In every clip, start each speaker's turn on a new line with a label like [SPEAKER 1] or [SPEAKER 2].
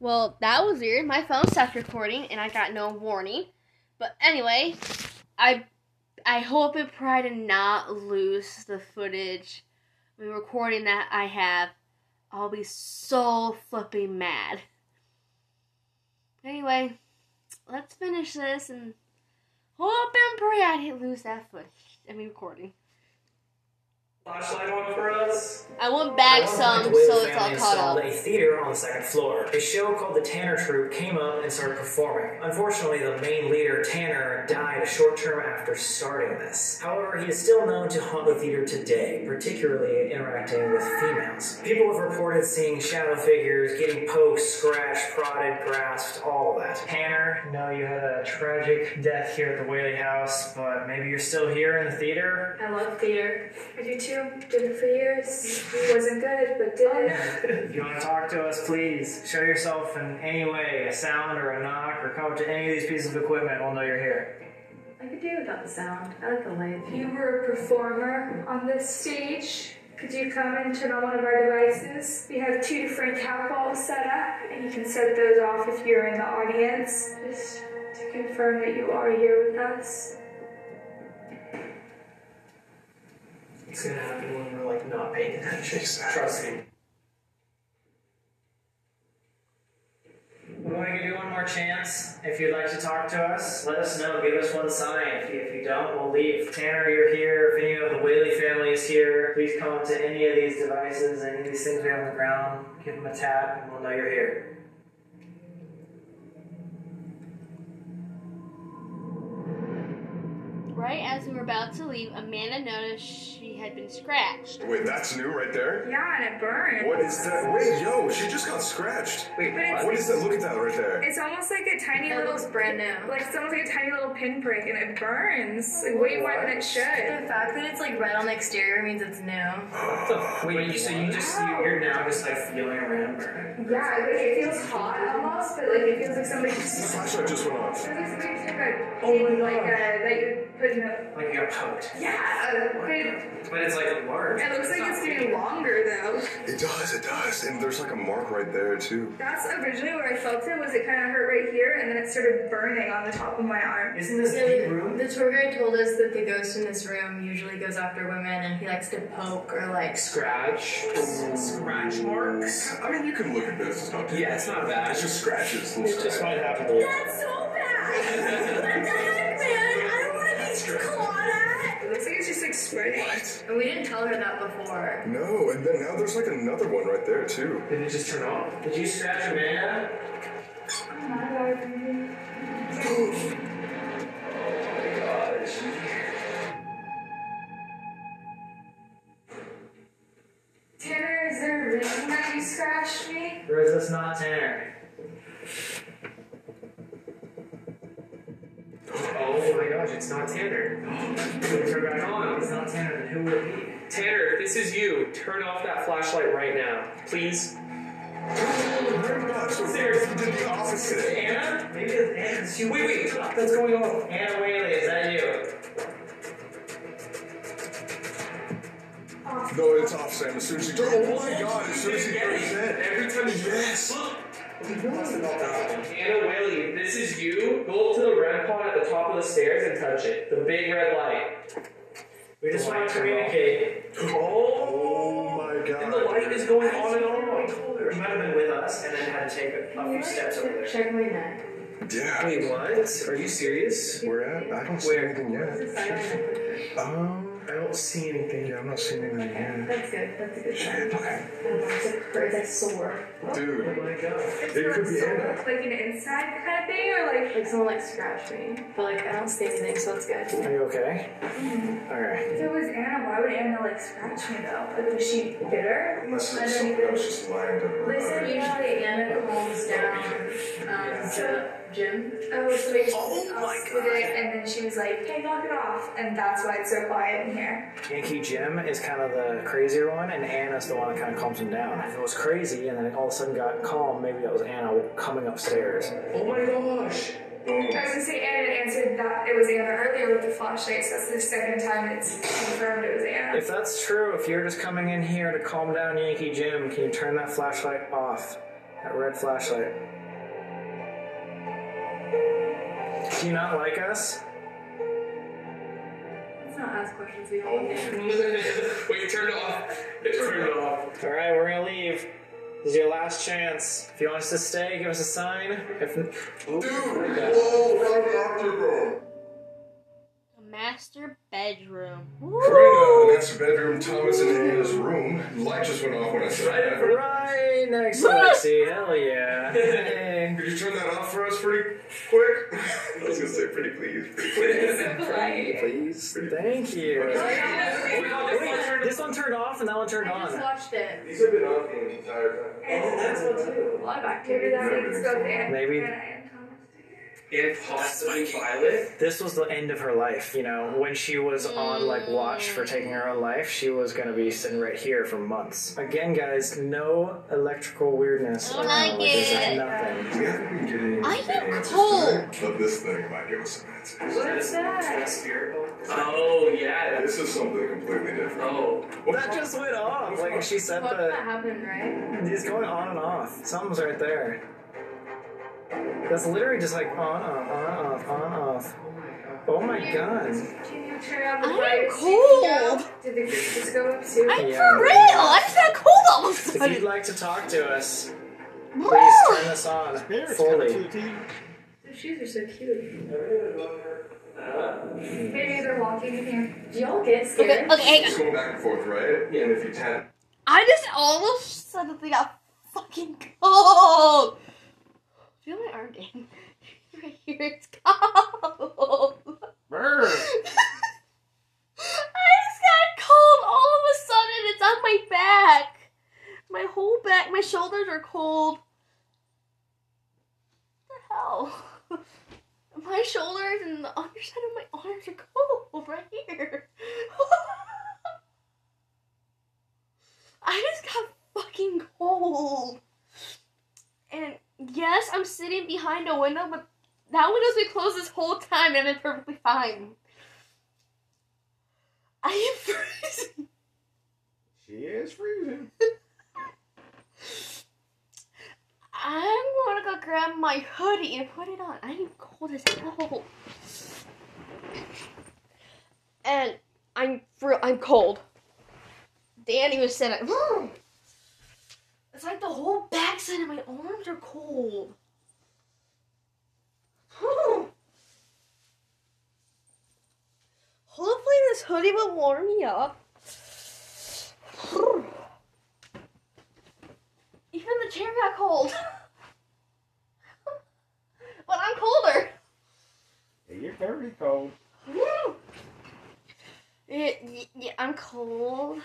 [SPEAKER 1] Well, that was weird. My phone stopped recording and I got no warning. But anyway, I I hope and pray to not lose the footage, the recording that I have. I'll be so flipping mad. Anyway, let's finish this and hope and pray I didn't lose that footage. I mean, recording.
[SPEAKER 2] Flashlight on for us.
[SPEAKER 1] I went back some, um, so
[SPEAKER 2] Wiz
[SPEAKER 1] it's all
[SPEAKER 2] family
[SPEAKER 1] caught
[SPEAKER 2] installed
[SPEAKER 1] up.
[SPEAKER 2] A theater on the second floor. A show called the Tanner Troupe came up and started performing. Unfortunately, the main leader Tanner died a short term after starting this. However, he is still known to haunt the theater today, particularly interacting with females. People have reported seeing shadow figures, getting poked, scratched, prodded, grasped, all that. Tanner, no, you had a tragic death here at the Whaley House, but maybe you're still here in the theater.
[SPEAKER 3] I love theater. I do too. Did it for years. Wasn't good, but did it.
[SPEAKER 2] If you want to talk to us, please show yourself in any way a sound or a knock or come up to any of these pieces of equipment. We'll know you're here.
[SPEAKER 3] I could do without the sound. I like the light. You were a performer on this stage. Could you come and turn on one of our devices? We have two different cat balls set up, and you can set those off if you're in the audience. Just to confirm that you are here with us.
[SPEAKER 2] It's gonna happen when we're like not paying attention. Trust me. We want to give you one more chance. If you'd like to talk to us, let us know. Give us one sign. If you, if you don't, we'll leave. Tanner, you're here. If any of the Whaley family is here, please come up to any of these devices, any of these things we have on the ground. Give them a tap, and we'll know you're here.
[SPEAKER 1] Right as we were about to leave, Amanda noticed she had been scratched.
[SPEAKER 4] Wait, that's new right there?
[SPEAKER 3] Yeah, and it burned.
[SPEAKER 4] What is that? Wait, yo, she just got scratched.
[SPEAKER 2] Wait,
[SPEAKER 3] But it's-
[SPEAKER 4] What is that? Look at that right there.
[SPEAKER 3] It's almost like a tiny
[SPEAKER 5] It
[SPEAKER 3] little
[SPEAKER 5] looks brand new.
[SPEAKER 3] Like it's almost like a tiny little pinprick, and it burns like way more than it should.
[SPEAKER 5] The fact that it's like red on the exterior means it's new.
[SPEAKER 2] Wait, you, so you just you, you're now just like feeling around burning.
[SPEAKER 3] Yeah, like it feels hot almost, but like it feels like somebody just.
[SPEAKER 4] The flashlight just went off.
[SPEAKER 3] It feels like somebody took a
[SPEAKER 2] Oh my
[SPEAKER 3] pin, like
[SPEAKER 2] gosh.
[SPEAKER 3] a, that you put in a.
[SPEAKER 2] Like you're poked.
[SPEAKER 3] Yeah, a pin.
[SPEAKER 2] But it's like large.
[SPEAKER 3] It looks like it's getting longer though.
[SPEAKER 4] It does, it does. And there's like a mark right there, too.
[SPEAKER 3] That's originally where I felt it was. It kind of hurt right here, and then it started burning on the top of my arm.
[SPEAKER 2] Isn't this
[SPEAKER 5] So
[SPEAKER 2] big
[SPEAKER 5] the,
[SPEAKER 2] room?
[SPEAKER 5] the tour guide told us that the ghost in this room usually goes after women and he likes to poke or like
[SPEAKER 6] Scratch. Scratch marks.
[SPEAKER 4] I mean, you can look at this. It's not too
[SPEAKER 6] Yeah, it's not bad.
[SPEAKER 4] It's just scratches. Little
[SPEAKER 6] It just
[SPEAKER 4] scratches.
[SPEAKER 6] might happen to you.
[SPEAKER 5] That's so bad! What the heck, man? I don't wanna be clawed at!
[SPEAKER 3] It looks like it's just like spreading.
[SPEAKER 4] What?
[SPEAKER 5] And we didn't tell her that before.
[SPEAKER 4] No, and then now there's like another one right there, too.
[SPEAKER 6] Did it just turn off?
[SPEAKER 2] Did you scratch Amanda?
[SPEAKER 3] Oh my god. Tanner, is there a reason that you scratched me?
[SPEAKER 2] Or is this not Tanner?
[SPEAKER 6] Oh my gosh, it's not Tanner.
[SPEAKER 2] Turn back on. If It's not Tanner. Then who would it be?
[SPEAKER 6] Tanner, if this is you, turn off that flashlight right now. Please.
[SPEAKER 4] Very much. So it did the opposite.
[SPEAKER 2] Anna? Maybe it's Anna. She-
[SPEAKER 6] Wait, wait.
[SPEAKER 2] What's going on? Anna Whaley, is that you?
[SPEAKER 4] No, it's off, Sam. As soon as you. Oh my god, as soon as he
[SPEAKER 6] Get
[SPEAKER 4] goes
[SPEAKER 6] it.
[SPEAKER 4] in.
[SPEAKER 6] Every time you
[SPEAKER 4] Yes.
[SPEAKER 6] look,
[SPEAKER 4] No.
[SPEAKER 6] Anna Whaley, if this is you, go up to the REM pod at the top of the stairs and touch it. The big red light.
[SPEAKER 2] We just want
[SPEAKER 6] light
[SPEAKER 2] to
[SPEAKER 6] turned off.
[SPEAKER 2] communicate.
[SPEAKER 6] Oh!
[SPEAKER 4] Oh my god.
[SPEAKER 6] And the light is going on and
[SPEAKER 2] We
[SPEAKER 6] on.
[SPEAKER 2] told her. She might have been with us and then had to take a few steps over there.
[SPEAKER 5] Check my neck.
[SPEAKER 4] Yeah.
[SPEAKER 6] Wait, what? Are you serious?
[SPEAKER 4] We're at. I don't see
[SPEAKER 6] Where?
[SPEAKER 4] anything yet. Um.
[SPEAKER 6] I don't see anything.
[SPEAKER 4] Yeah, I'm not seeing anything yet.
[SPEAKER 5] That's good. That's a good sign.
[SPEAKER 4] Shit. Okay.
[SPEAKER 5] It's like sore.
[SPEAKER 4] Dude.
[SPEAKER 2] Oh my god.
[SPEAKER 3] It's
[SPEAKER 4] It
[SPEAKER 3] not
[SPEAKER 4] could be
[SPEAKER 3] so-
[SPEAKER 4] Anna.
[SPEAKER 3] Like an inside kind of thing, or like.
[SPEAKER 5] Like someone like scratched me. But like I don't see anything, so it's good.
[SPEAKER 2] Are you okay? Alright.
[SPEAKER 3] If it was Anna, why would Anna like scratch me though? Like, was she bitter?
[SPEAKER 4] Unless
[SPEAKER 5] I
[SPEAKER 4] it's
[SPEAKER 5] don't
[SPEAKER 4] someone
[SPEAKER 5] even-
[SPEAKER 4] else just lying to her.
[SPEAKER 5] Listen, usually Anna calms down um, so Jim.
[SPEAKER 3] Oh, so they just us with it, and then she was like, hey, knock it off. And that's why it's so quiet in here.
[SPEAKER 2] Yankee Jim is kind of the crazier one, and Anna's the one that kind of calms him down. If it was crazy and then all of a sudden got calm, maybe that was Anna coming upstairs.
[SPEAKER 6] Oh my gosh!
[SPEAKER 3] I was gonna say Anna answered that it was Anna earlier with the flashlight, so that's the second time it's confirmed it was Anna.
[SPEAKER 2] If that's true, if you're just coming in here to calm down Yankee Jim, can you turn that flashlight off? That red flashlight. Do you not like us?
[SPEAKER 5] Let's not ask questions we don't want to.
[SPEAKER 6] Wait, turn it off. It turned it off.
[SPEAKER 2] All right, we're gonna leave. This is your last chance. If you want us to stay, give us a sign. If
[SPEAKER 4] Dude, whoa, right after, bro.
[SPEAKER 1] The master bedroom.
[SPEAKER 4] Karina, the next bedroom, Thomas and Anna's room. Light just went off when I said that.
[SPEAKER 2] right next to Lexi, hell yeah. Hey.
[SPEAKER 4] Could you turn that off for us pretty quick? I was gonna say pretty please.
[SPEAKER 2] Please, thank you. Wait, this one turned off and that one turned
[SPEAKER 5] I just
[SPEAKER 2] on.
[SPEAKER 5] watched it.
[SPEAKER 4] These have been on for the entire time.
[SPEAKER 5] A lot of
[SPEAKER 3] Maybe
[SPEAKER 5] activity.
[SPEAKER 3] that means both Anna
[SPEAKER 2] Maybe-
[SPEAKER 3] Anna and Thomas.
[SPEAKER 6] And possibly Violet.
[SPEAKER 2] This was the end of her life, you know. When she was on like watch for taking her own life, she was gonna be sitting right here for months. Again, guys, no electrical weirdness.
[SPEAKER 1] Don't like
[SPEAKER 2] around, there's
[SPEAKER 1] it.
[SPEAKER 2] nothing.
[SPEAKER 4] We haven't been getting
[SPEAKER 1] I
[SPEAKER 4] any
[SPEAKER 1] am
[SPEAKER 4] answers
[SPEAKER 1] cold.
[SPEAKER 4] tonight, But this thing might give us some answers.
[SPEAKER 5] What's that?
[SPEAKER 6] Oh, yeah.
[SPEAKER 4] This is something completely different.
[SPEAKER 6] Oh.
[SPEAKER 2] That just went off. Like she said,
[SPEAKER 5] Well,
[SPEAKER 2] the
[SPEAKER 5] that happened, right?
[SPEAKER 2] It's going on and off. Something's right there. That's literally just like on, off, on, off, on, off. Oh my god.
[SPEAKER 3] Can you turn on the
[SPEAKER 1] I'm
[SPEAKER 3] lights?
[SPEAKER 1] cold.
[SPEAKER 3] Did the kids just go upstairs?
[SPEAKER 1] I'm
[SPEAKER 2] Yeah.
[SPEAKER 1] for real. I just got cold all of a
[SPEAKER 2] If you'd
[SPEAKER 1] sudden.
[SPEAKER 2] like to talk to us, please turn
[SPEAKER 1] Woo!
[SPEAKER 2] this on fully.
[SPEAKER 5] Those shoes are so cute.
[SPEAKER 3] Maybe they're walking in here.
[SPEAKER 5] Do y'all get
[SPEAKER 1] Okay,
[SPEAKER 5] scared?
[SPEAKER 1] okay, hang on.
[SPEAKER 4] It's going back and forth, right? And if you tap,
[SPEAKER 1] I just all of a sudden got fucking cold. Feel my arm in. Right here, it's cold. I just got cold all of a sudden. It's on my back. My whole back, my shoulders are cold. What the hell? My shoulders and the underside of my arms are cold right here. I just got fucking cold. And yes, I'm sitting behind a window, but that window's been closed this whole time and I've been perfectly fine. I am freezing.
[SPEAKER 7] She is freezing.
[SPEAKER 1] I'm gonna go grab my hoodie and put it on. I am cold as hell. And I'm fr- I'm cold. Danny was saying it. It's like the whole backside of my arms are cold. Hopefully this hoodie will warm me up. Even the chair got cold. but I'm colder.
[SPEAKER 7] Yeah, You're very cold.
[SPEAKER 1] Woo! Yeah, y- yeah, I'm cold.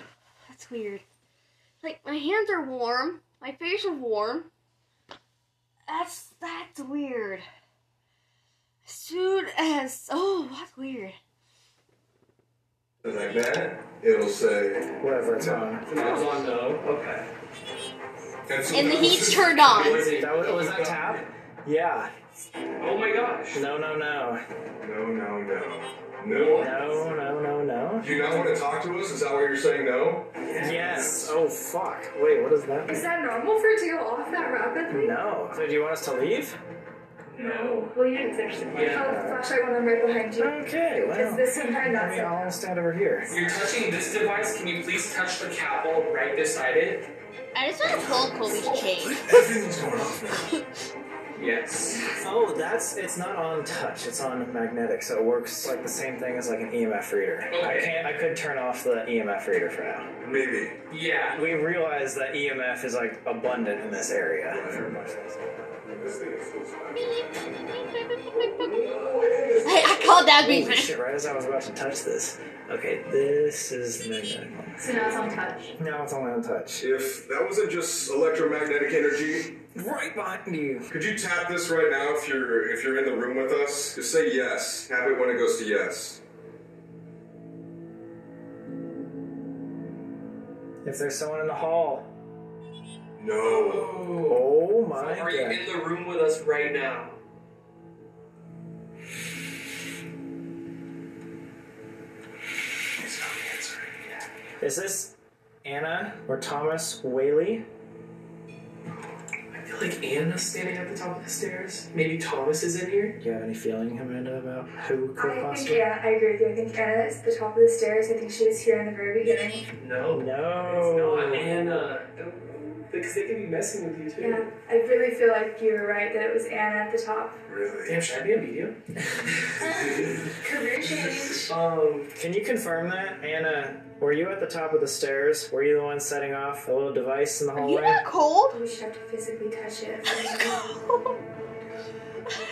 [SPEAKER 1] That's weird. Like my hands are warm, my face is warm. That's that's weird. As soon as oh, that's weird.
[SPEAKER 4] like that, it'll say.
[SPEAKER 2] Whatever it's on.
[SPEAKER 6] That was on though. Okay.
[SPEAKER 1] And the heat's turned on.
[SPEAKER 6] Was it-
[SPEAKER 2] That was, was that tap? Yeah.
[SPEAKER 6] Oh my gosh.
[SPEAKER 2] No, no, no.
[SPEAKER 4] No, no, no. No.
[SPEAKER 2] No, no, no, no.
[SPEAKER 4] Do you not want to talk to us? Is that why you're saying no?
[SPEAKER 2] Yes. Oh fuck. Wait, what is that?
[SPEAKER 3] Is that normal for it to go off that rapidly?
[SPEAKER 2] No. So do you want us to leave?
[SPEAKER 3] No. Well, you didn't finish the
[SPEAKER 6] Yeah.
[SPEAKER 3] Oh, the flashlight went on right behind you.
[SPEAKER 2] Okay,
[SPEAKER 3] Is
[SPEAKER 2] well.
[SPEAKER 3] this in her
[SPEAKER 2] Let me
[SPEAKER 3] nuts?
[SPEAKER 2] all stand over here.
[SPEAKER 6] You're touching this device. Can you please touch the cable right beside it?
[SPEAKER 1] I just want to pull Kobe's chain.
[SPEAKER 4] Everything's going off now.
[SPEAKER 6] Yes.
[SPEAKER 2] Oh, that's it's not on touch. It's on magnetic, so it works like the same thing as like an EMF reader. I
[SPEAKER 6] Okay.
[SPEAKER 2] can't. I could turn off the EMF reader for now.
[SPEAKER 4] Maybe.
[SPEAKER 6] Yeah.
[SPEAKER 2] We realize that EMF is like abundant in this area.
[SPEAKER 4] This thing is so
[SPEAKER 1] Hey, I called that
[SPEAKER 2] Holy
[SPEAKER 1] beef.
[SPEAKER 2] shit! Right as I was about to touch this. Okay, this is the magnetic one.
[SPEAKER 5] So now it's on touch.
[SPEAKER 2] Now it's only on touch.
[SPEAKER 4] If that wasn't just electromagnetic energy,
[SPEAKER 2] Right behind you.
[SPEAKER 4] could you tap this right now if you're if you're in the room with us? Just say yes. Tap it when it goes to yes.
[SPEAKER 2] If there's someone in the hall.
[SPEAKER 4] No.
[SPEAKER 6] Oh.
[SPEAKER 2] Oh
[SPEAKER 6] So
[SPEAKER 2] my
[SPEAKER 6] are you
[SPEAKER 2] god.
[SPEAKER 6] in the room with us right now?
[SPEAKER 4] He's not answering.
[SPEAKER 2] Is this Anna or Thomas Whaley?
[SPEAKER 4] I feel
[SPEAKER 6] like Anna standing at the top of the stairs. Maybe Thomas is in here.
[SPEAKER 2] Do you have any feeling, Amanda, about who killed
[SPEAKER 3] I think,
[SPEAKER 2] Foster?
[SPEAKER 3] yeah, I agree with you. I think Anna is at the top of the stairs. I think she was here in the very beginning.
[SPEAKER 6] No, it's
[SPEAKER 2] No.
[SPEAKER 6] not Anna. Don't- Because they could be messing with you too.
[SPEAKER 3] Yeah, I really feel like you were right that it was Anna at the top.
[SPEAKER 4] Really?
[SPEAKER 6] Damn, should I be a medium?
[SPEAKER 3] Career change.
[SPEAKER 6] Um,
[SPEAKER 2] Can you confirm that, Anna? Were you at the top of the stairs? Were you the one setting off the little device in the
[SPEAKER 1] Are you
[SPEAKER 2] hallway?
[SPEAKER 1] not cold?
[SPEAKER 3] We should have to physically touch it.
[SPEAKER 1] I'm cold.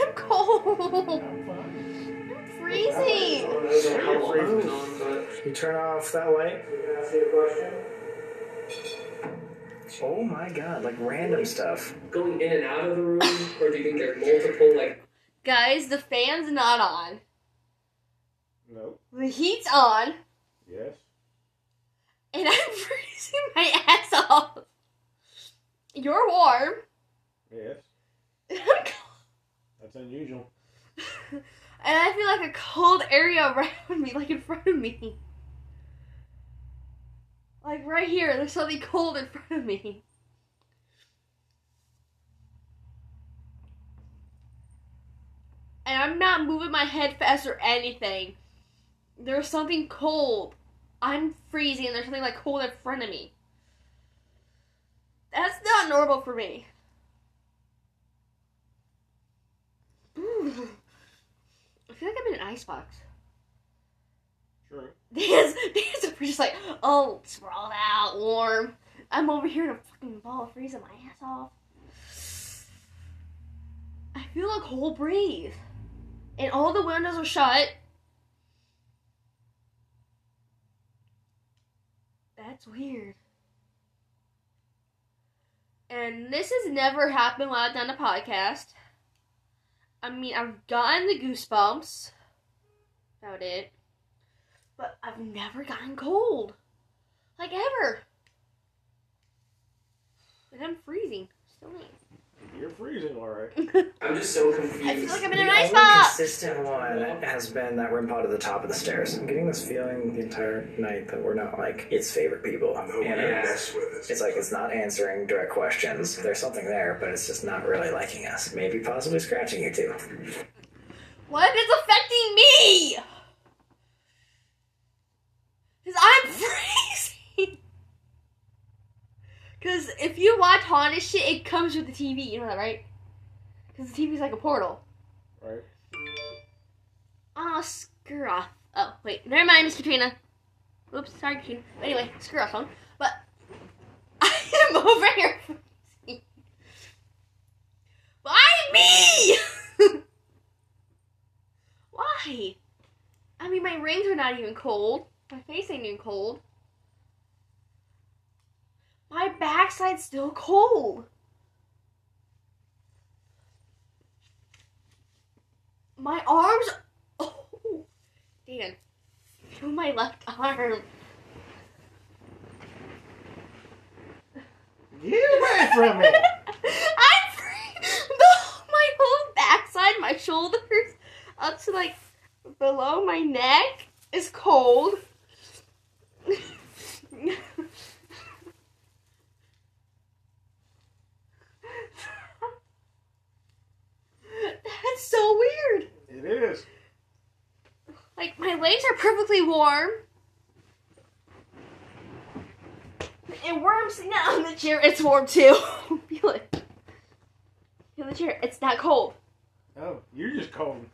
[SPEAKER 1] I'm cold.
[SPEAKER 8] I'm fine.
[SPEAKER 1] I'm freezing.
[SPEAKER 6] I don't know how long it's been on, but
[SPEAKER 2] You turn off that light.
[SPEAKER 6] you can ask me a question.
[SPEAKER 2] Oh my god, like random stuff.
[SPEAKER 6] Going in and out of the room, or do you think there are multiple like
[SPEAKER 1] Guys, the fan's not on.
[SPEAKER 8] Nope.
[SPEAKER 1] The heat's on.
[SPEAKER 8] Yes.
[SPEAKER 1] And I'm freezing my ass off. You're warm.
[SPEAKER 8] Yes.
[SPEAKER 1] And I'm cold.
[SPEAKER 8] That's unusual.
[SPEAKER 1] And I feel like a cold area around me, like in front of me. Like right here, there's something cold in front of me. And I'm not moving my head fast or anything. There's something cold. I'm freezing and there's something like cold in front of me. That's not normal for me. Ooh. I feel like I'm in an icebox.
[SPEAKER 8] True.
[SPEAKER 1] Dan's, Dan's over just like, oh, sprawled out, warm. I'm over here in a fucking ball, freezing my ass off. I feel like whole breathe. And all the windows are shut. That's weird. And this has never happened while I've done a podcast. I mean, I've gotten the goosebumps. About it but I've never gotten cold. Like ever. And I'm freezing. Still me.
[SPEAKER 8] You're freezing, all right.
[SPEAKER 6] I'm just so confused.
[SPEAKER 1] I feel like I'm in
[SPEAKER 2] the
[SPEAKER 1] an
[SPEAKER 2] only
[SPEAKER 1] icebox.
[SPEAKER 2] consistent one has been that rim pod at the top of the stairs. I'm getting this feeling the entire night that we're not like its favorite people.
[SPEAKER 6] Oh,
[SPEAKER 4] No way
[SPEAKER 2] Anna.
[SPEAKER 4] to mess with
[SPEAKER 2] It's
[SPEAKER 4] us.
[SPEAKER 2] like it's not answering direct questions. There's something there, but it's just not really liking us. Maybe possibly scratching you too.
[SPEAKER 1] What is affecting me? Cause I'm freezing. Cause if you watch haunted shit, it comes with the TV. You know that, right? Cause the TV's like a portal.
[SPEAKER 8] Right.
[SPEAKER 1] Oh, screw off. Oh, wait. Never mind, Miss Katrina. Oops, sorry, Katrina. But anyway, screw off, phone. But I am over here. freezing. Why me? Why? I mean, my rings are not even cold. My face ain't even cold. My backside's still cold. My arms. Oh, Dan, feel my left arm.
[SPEAKER 8] Get away from me.
[SPEAKER 1] I'm free. The, my whole backside, my shoulders, up to like below my neck is cold. That's so weird.
[SPEAKER 8] It is.
[SPEAKER 1] Like my legs are perfectly warm. And where I'm sitting out on the chair, it's warm too. Feel it. Feel the chair. It's not cold.
[SPEAKER 8] Oh, you're just cold.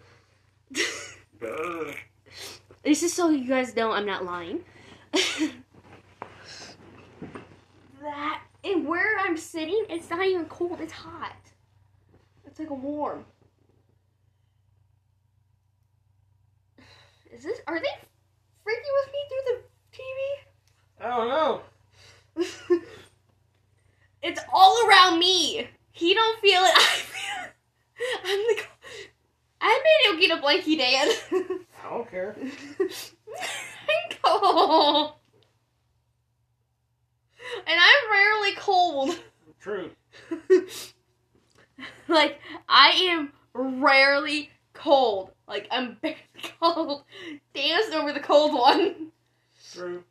[SPEAKER 1] This is so you guys know I'm not lying. that and where I'm sitting, it's not even cold. It's hot. It's like a warm. Is this? Are they freaking with me through the TV?
[SPEAKER 8] Oh no.
[SPEAKER 1] it's all around me. He don't feel it. I feel it. I'm the. I made him get a blankie, Dan.
[SPEAKER 8] I don't care.
[SPEAKER 1] I'm cold. And I'm rarely cold.
[SPEAKER 8] True.
[SPEAKER 1] like, I am rarely cold. Like, I'm barely cold. Dan's over the cold one.
[SPEAKER 8] True.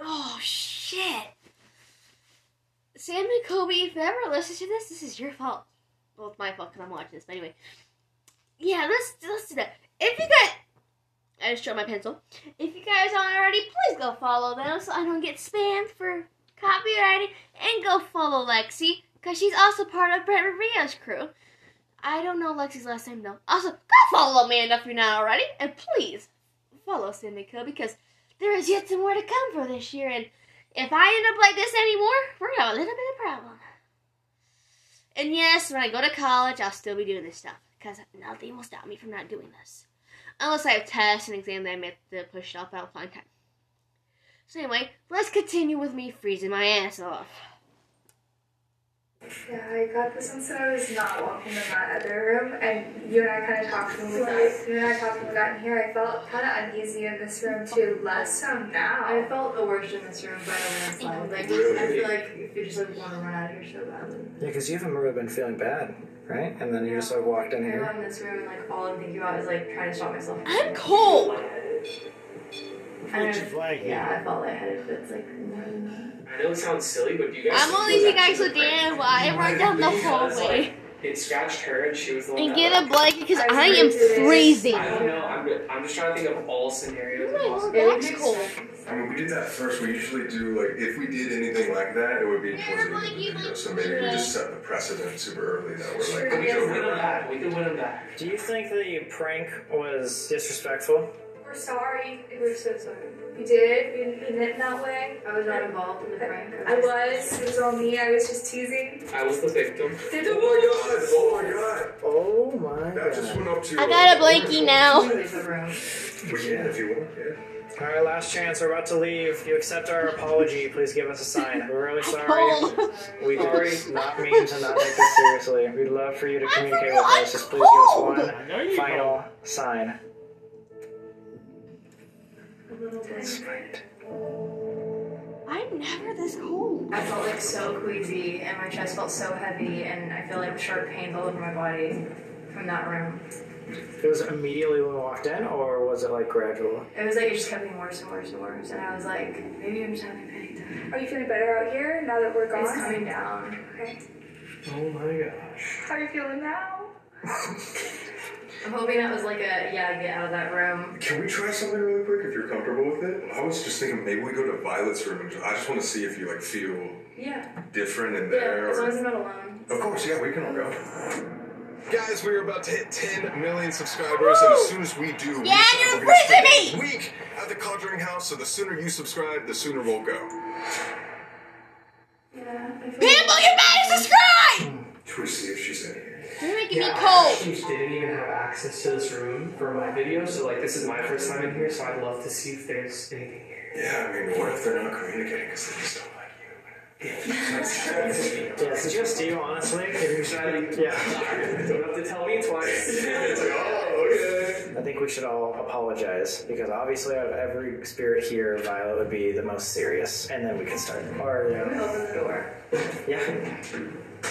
[SPEAKER 1] Oh shit. Sam and Kobe, if you ever listen to this, this is your fault. Well, it's my fault because I'm watching this, but anyway. Yeah, let's let's do that. If you guys, I just showed my pencil. If you guys aren't already, please go follow them so I don't get spammed for copywriting, and go follow Lexi because she's also part of Brent Rio's crew. I don't know Lexi's last name though. Also, go follow Amanda if you're not already, and please follow Sam and Kobe because there is yet some more to come for this year and. If I end up like this anymore, we're gonna have a little bit of problem. And yes, when I go to college, I'll still be doing this stuff because nothing will stop me from not doing this, unless I have tests and exams that I meant to push off out fine time. So anyway, let's continue with me freezing my ass off.
[SPEAKER 5] Yeah, I got this one, so I was not walking in that other room, and you and I kind of talked when we got, you and I talked when we got in here. I felt kind of uneasy in this room too, less so now. I felt the worst in this room by the landslide. Like I feel like if you just like want to run out of here so badly.
[SPEAKER 2] Yeah, because you haven't really been feeling bad, right? And then you just like walked in here.
[SPEAKER 5] I'm in this room, and like all I'm thinking about is like trying to stop myself.
[SPEAKER 1] I'm cold.
[SPEAKER 5] I
[SPEAKER 8] Put your flag here.
[SPEAKER 5] yeah, I felt lightheaded, but it's like more than that.
[SPEAKER 6] I know it sounds silly, but do you guys.
[SPEAKER 1] I'm only think
[SPEAKER 6] think that's
[SPEAKER 1] I should
[SPEAKER 6] actually the
[SPEAKER 1] damn
[SPEAKER 6] right
[SPEAKER 1] well I run down the hallway
[SPEAKER 6] It scratched her, and she was the one
[SPEAKER 1] and
[SPEAKER 6] that
[SPEAKER 1] get a
[SPEAKER 6] laughed.
[SPEAKER 1] blanket because I am freezing.
[SPEAKER 6] I don't know. I'm, ju- I'm just trying to think of all scenarios.
[SPEAKER 1] My whole
[SPEAKER 6] possible.
[SPEAKER 1] back's cold.
[SPEAKER 4] I mean, we did that first. We usually do like if we did anything like that, it would be
[SPEAKER 1] Yeah,
[SPEAKER 4] towards the end
[SPEAKER 1] like,
[SPEAKER 4] of the
[SPEAKER 1] you
[SPEAKER 4] video.
[SPEAKER 1] like-
[SPEAKER 4] So maybe we
[SPEAKER 1] yeah.
[SPEAKER 4] just set the precedent super early that we're
[SPEAKER 5] Sure,
[SPEAKER 4] like,
[SPEAKER 6] We
[SPEAKER 4] we
[SPEAKER 5] yes.
[SPEAKER 6] can
[SPEAKER 4] don't
[SPEAKER 6] win them
[SPEAKER 4] really-
[SPEAKER 6] back. We can win them back.
[SPEAKER 2] Do you think the prank was disrespectful?
[SPEAKER 3] We're sorry.
[SPEAKER 5] We're so sorry.
[SPEAKER 3] We did. We didn't mean it that way.
[SPEAKER 5] I was not involved in the prank.
[SPEAKER 3] I was. It was all me. I was just teasing.
[SPEAKER 6] I was the victim.
[SPEAKER 4] Oh my god! Oh my
[SPEAKER 2] Oh
[SPEAKER 4] god!
[SPEAKER 2] my
[SPEAKER 4] That just
[SPEAKER 2] god.
[SPEAKER 4] went up to.
[SPEAKER 1] I got a
[SPEAKER 4] blankie
[SPEAKER 1] blankie now.
[SPEAKER 5] Leave the room.
[SPEAKER 4] We can if you want. Yeah.
[SPEAKER 2] All right, last chance. We're about to leave. You accept our apology. Please give us a sign. We're really sorry.
[SPEAKER 1] Cold.
[SPEAKER 2] We did
[SPEAKER 6] Sorry.
[SPEAKER 2] not mean to not take this seriously. We'd love for you to
[SPEAKER 1] Oh, I
[SPEAKER 2] communicate with
[SPEAKER 1] forgot
[SPEAKER 2] us. Just please
[SPEAKER 1] cold.
[SPEAKER 2] give us
[SPEAKER 8] I know
[SPEAKER 2] one
[SPEAKER 8] you
[SPEAKER 2] final sign.
[SPEAKER 5] A little bit.
[SPEAKER 1] I'm never this cold.
[SPEAKER 5] I felt like so queasy and my chest felt so heavy and I feel like sharp pains all over my body from that room.
[SPEAKER 2] It was immediately when we walked in, or was it like gradual?
[SPEAKER 5] It was like it just kept getting worse and worse and worse and I was like, maybe I'm just having a panic attack.
[SPEAKER 3] Are you feeling better out here now that we're
[SPEAKER 5] It's
[SPEAKER 3] gone?
[SPEAKER 5] coming down.
[SPEAKER 3] Okay.
[SPEAKER 2] Oh my gosh.
[SPEAKER 3] How are you feeling now?
[SPEAKER 5] I'm hoping that was like a yeah, get out of that room.
[SPEAKER 4] Can we try something really quick if you're comfortable with it? I was just thinking maybe we go to Violet's room. and ju- I just want to see if you like feel
[SPEAKER 5] Yeah.
[SPEAKER 4] different in there.
[SPEAKER 5] Yeah. As
[SPEAKER 4] or-
[SPEAKER 5] long as I'm not alone.
[SPEAKER 4] Of course, yeah, we can all go. Guys, we are about to hit 10 million subscribers, and as soon as we do, we
[SPEAKER 1] Yeah,
[SPEAKER 4] decide
[SPEAKER 1] you're
[SPEAKER 4] we're gonna spend
[SPEAKER 1] freaking
[SPEAKER 4] a week at the Conjuring House. So the sooner you subscribe, the sooner we'll go.
[SPEAKER 5] Yeah. I feel
[SPEAKER 1] People, you better subscribe.
[SPEAKER 4] Should we see if she's in here?
[SPEAKER 1] You're making me
[SPEAKER 6] Yeah,
[SPEAKER 1] cold.
[SPEAKER 6] I actually didn't even have access to this room for my video, so like this is my first time in here, so I'd love to see if there's anything here.
[SPEAKER 4] Yeah, I mean, what if they're not communicating because they just don't like you?
[SPEAKER 2] Yeah, it's just you, honestly. Yeah.
[SPEAKER 6] You don't have to tell me twice.
[SPEAKER 4] It's like, oh, okay.
[SPEAKER 2] I think we should all apologize because obviously, out of every spirit here, Violet would be the most serious, and then we can start. Or
[SPEAKER 5] like
[SPEAKER 2] yeah,
[SPEAKER 5] open the door.
[SPEAKER 2] yeah.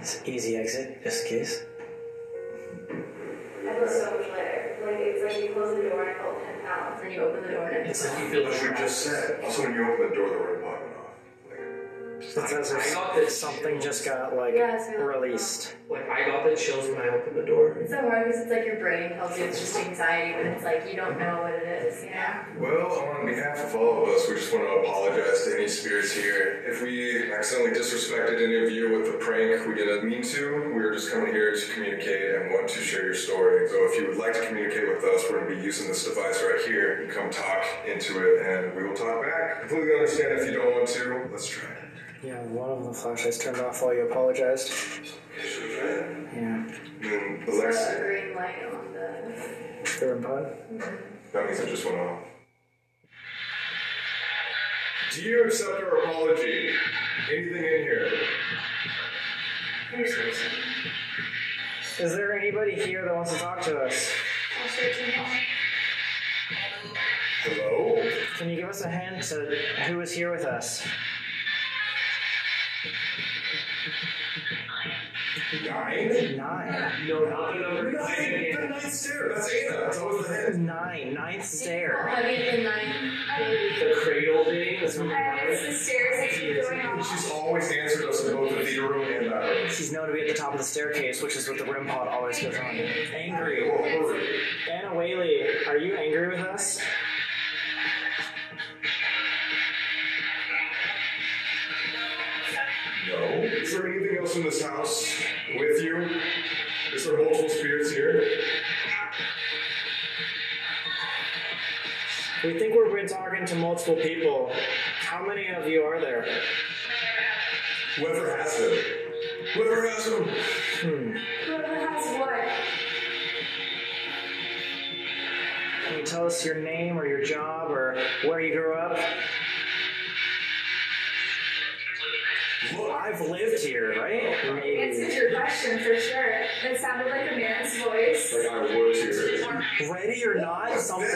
[SPEAKER 2] It's easy exit, just in case.
[SPEAKER 5] I feel so much lighter. Like it's like you close the door and I felt 10 pounds and you open the door and it's
[SPEAKER 6] It's like you feel
[SPEAKER 4] As we
[SPEAKER 6] like
[SPEAKER 4] just said, also when you open the door, the red light went off. Like,
[SPEAKER 2] It says
[SPEAKER 6] I
[SPEAKER 2] if
[SPEAKER 6] got this
[SPEAKER 2] something just got like
[SPEAKER 5] Yeah, it's been-
[SPEAKER 2] released.
[SPEAKER 6] Like I got the chills when I opened the door.
[SPEAKER 5] It's so hard because it's like your brain tells you it's just anxiety, but it's like you don't know what it is, you know?
[SPEAKER 4] Well, on behalf of all of us, we just want to apologize to any spirits here. If we accidentally disrespected any of you with the prank we didn't mean to, we were just coming here to communicate and want to share your story. So if you would like to communicate with us, we're going to be using this device right here. You come talk into it, and we will talk back. Completely understand if you don't want to. Let's try it.
[SPEAKER 2] Yeah, one of the flashlights turned off while you apologized.
[SPEAKER 4] Should we try it?
[SPEAKER 2] Yeah,
[SPEAKER 4] And then
[SPEAKER 5] It's a
[SPEAKER 4] Alexa,
[SPEAKER 5] green light on the.
[SPEAKER 2] the room pod.
[SPEAKER 4] that means it just went off. Do you accept our apology? Anything in here?
[SPEAKER 5] Here's the reason.
[SPEAKER 2] Is there anybody here that wants to talk to us?
[SPEAKER 4] Hello?
[SPEAKER 2] Can you give us a hint to who is here with us?
[SPEAKER 4] Nine?
[SPEAKER 2] Nine.
[SPEAKER 6] No, not the number.
[SPEAKER 4] Nine? The ninth stair. That's Anna. That's always the head.
[SPEAKER 2] Nine. Ninth stair.
[SPEAKER 5] I mean, the nine.
[SPEAKER 6] The cradle thing. That's number
[SPEAKER 3] I
[SPEAKER 6] nine.
[SPEAKER 3] miss the stairs that keep going off.
[SPEAKER 4] She's always answered us in both the theater room and uh, that room.
[SPEAKER 2] She's known to be at the top of the staircase, which is what the rim pod always goes on.
[SPEAKER 4] Or
[SPEAKER 2] Angry.
[SPEAKER 4] worried.
[SPEAKER 2] Anna Whaley, are you angry with us?
[SPEAKER 4] No. Is there anything else in this house with you? Is there multiple spirits here?
[SPEAKER 2] We think we're been talking to multiple people. How many of you are there?
[SPEAKER 4] Whoever has them. Whoever has them.
[SPEAKER 2] Hmm.
[SPEAKER 3] Whoever has what?
[SPEAKER 2] Can you tell us your name or your job or where you grew up?
[SPEAKER 4] Look,
[SPEAKER 2] I've lived here, right?
[SPEAKER 3] Answered
[SPEAKER 2] Maybe.
[SPEAKER 3] your question for sure. It sounded like a man's voice.
[SPEAKER 4] like I worked here.
[SPEAKER 2] Ready or not, something.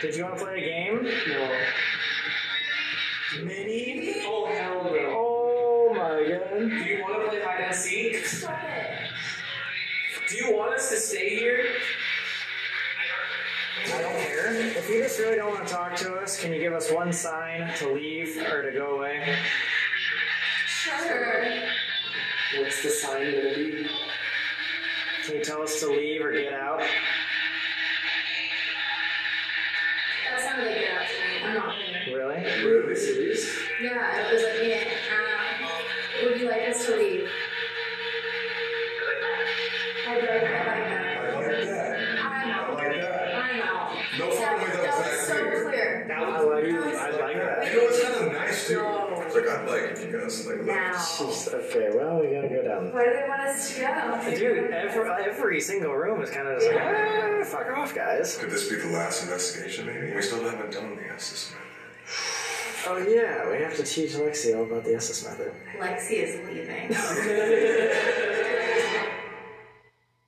[SPEAKER 2] Did you want to play a game?
[SPEAKER 6] No.
[SPEAKER 2] Mini?
[SPEAKER 6] Oh hell no.
[SPEAKER 2] Oh my god.
[SPEAKER 6] Do you want to play hide and seek? Do you want us to stay here?
[SPEAKER 2] I don't care. If you just really don't want to talk to us, can you give us one sign to leave or to go away?
[SPEAKER 5] Sure.
[SPEAKER 6] What's the sign gonna be?
[SPEAKER 2] Can you tell us to leave or get out?
[SPEAKER 5] That sounded like an option. I'm not gonna.
[SPEAKER 2] Really?
[SPEAKER 6] Really serious?
[SPEAKER 5] Yeah, it was like, yeah, um, would you like us to leave? I'd like,
[SPEAKER 4] I
[SPEAKER 5] i
[SPEAKER 4] like that.
[SPEAKER 5] I'm
[SPEAKER 4] I
[SPEAKER 5] out.
[SPEAKER 4] like that.
[SPEAKER 5] I'm out.
[SPEAKER 4] No fun with
[SPEAKER 5] that
[SPEAKER 4] those
[SPEAKER 5] was so
[SPEAKER 4] acting.
[SPEAKER 5] clear.
[SPEAKER 2] I like, I like that.
[SPEAKER 4] You know, it's kind of nice too.
[SPEAKER 5] No.
[SPEAKER 4] It's like, I'd like if you guys like
[SPEAKER 5] Now.
[SPEAKER 4] that.
[SPEAKER 2] Jeez, okay, well, we gotta go down.
[SPEAKER 5] Where do they want us to go?
[SPEAKER 2] Dude, every, every single room is kind of just like, ah, fuck off, guys.
[SPEAKER 4] Could this be the last investigation, maybe? We still haven't done the assessment.
[SPEAKER 2] Oh, yeah, we have to teach Lexi all about the SS method.
[SPEAKER 5] Lexi is leaving.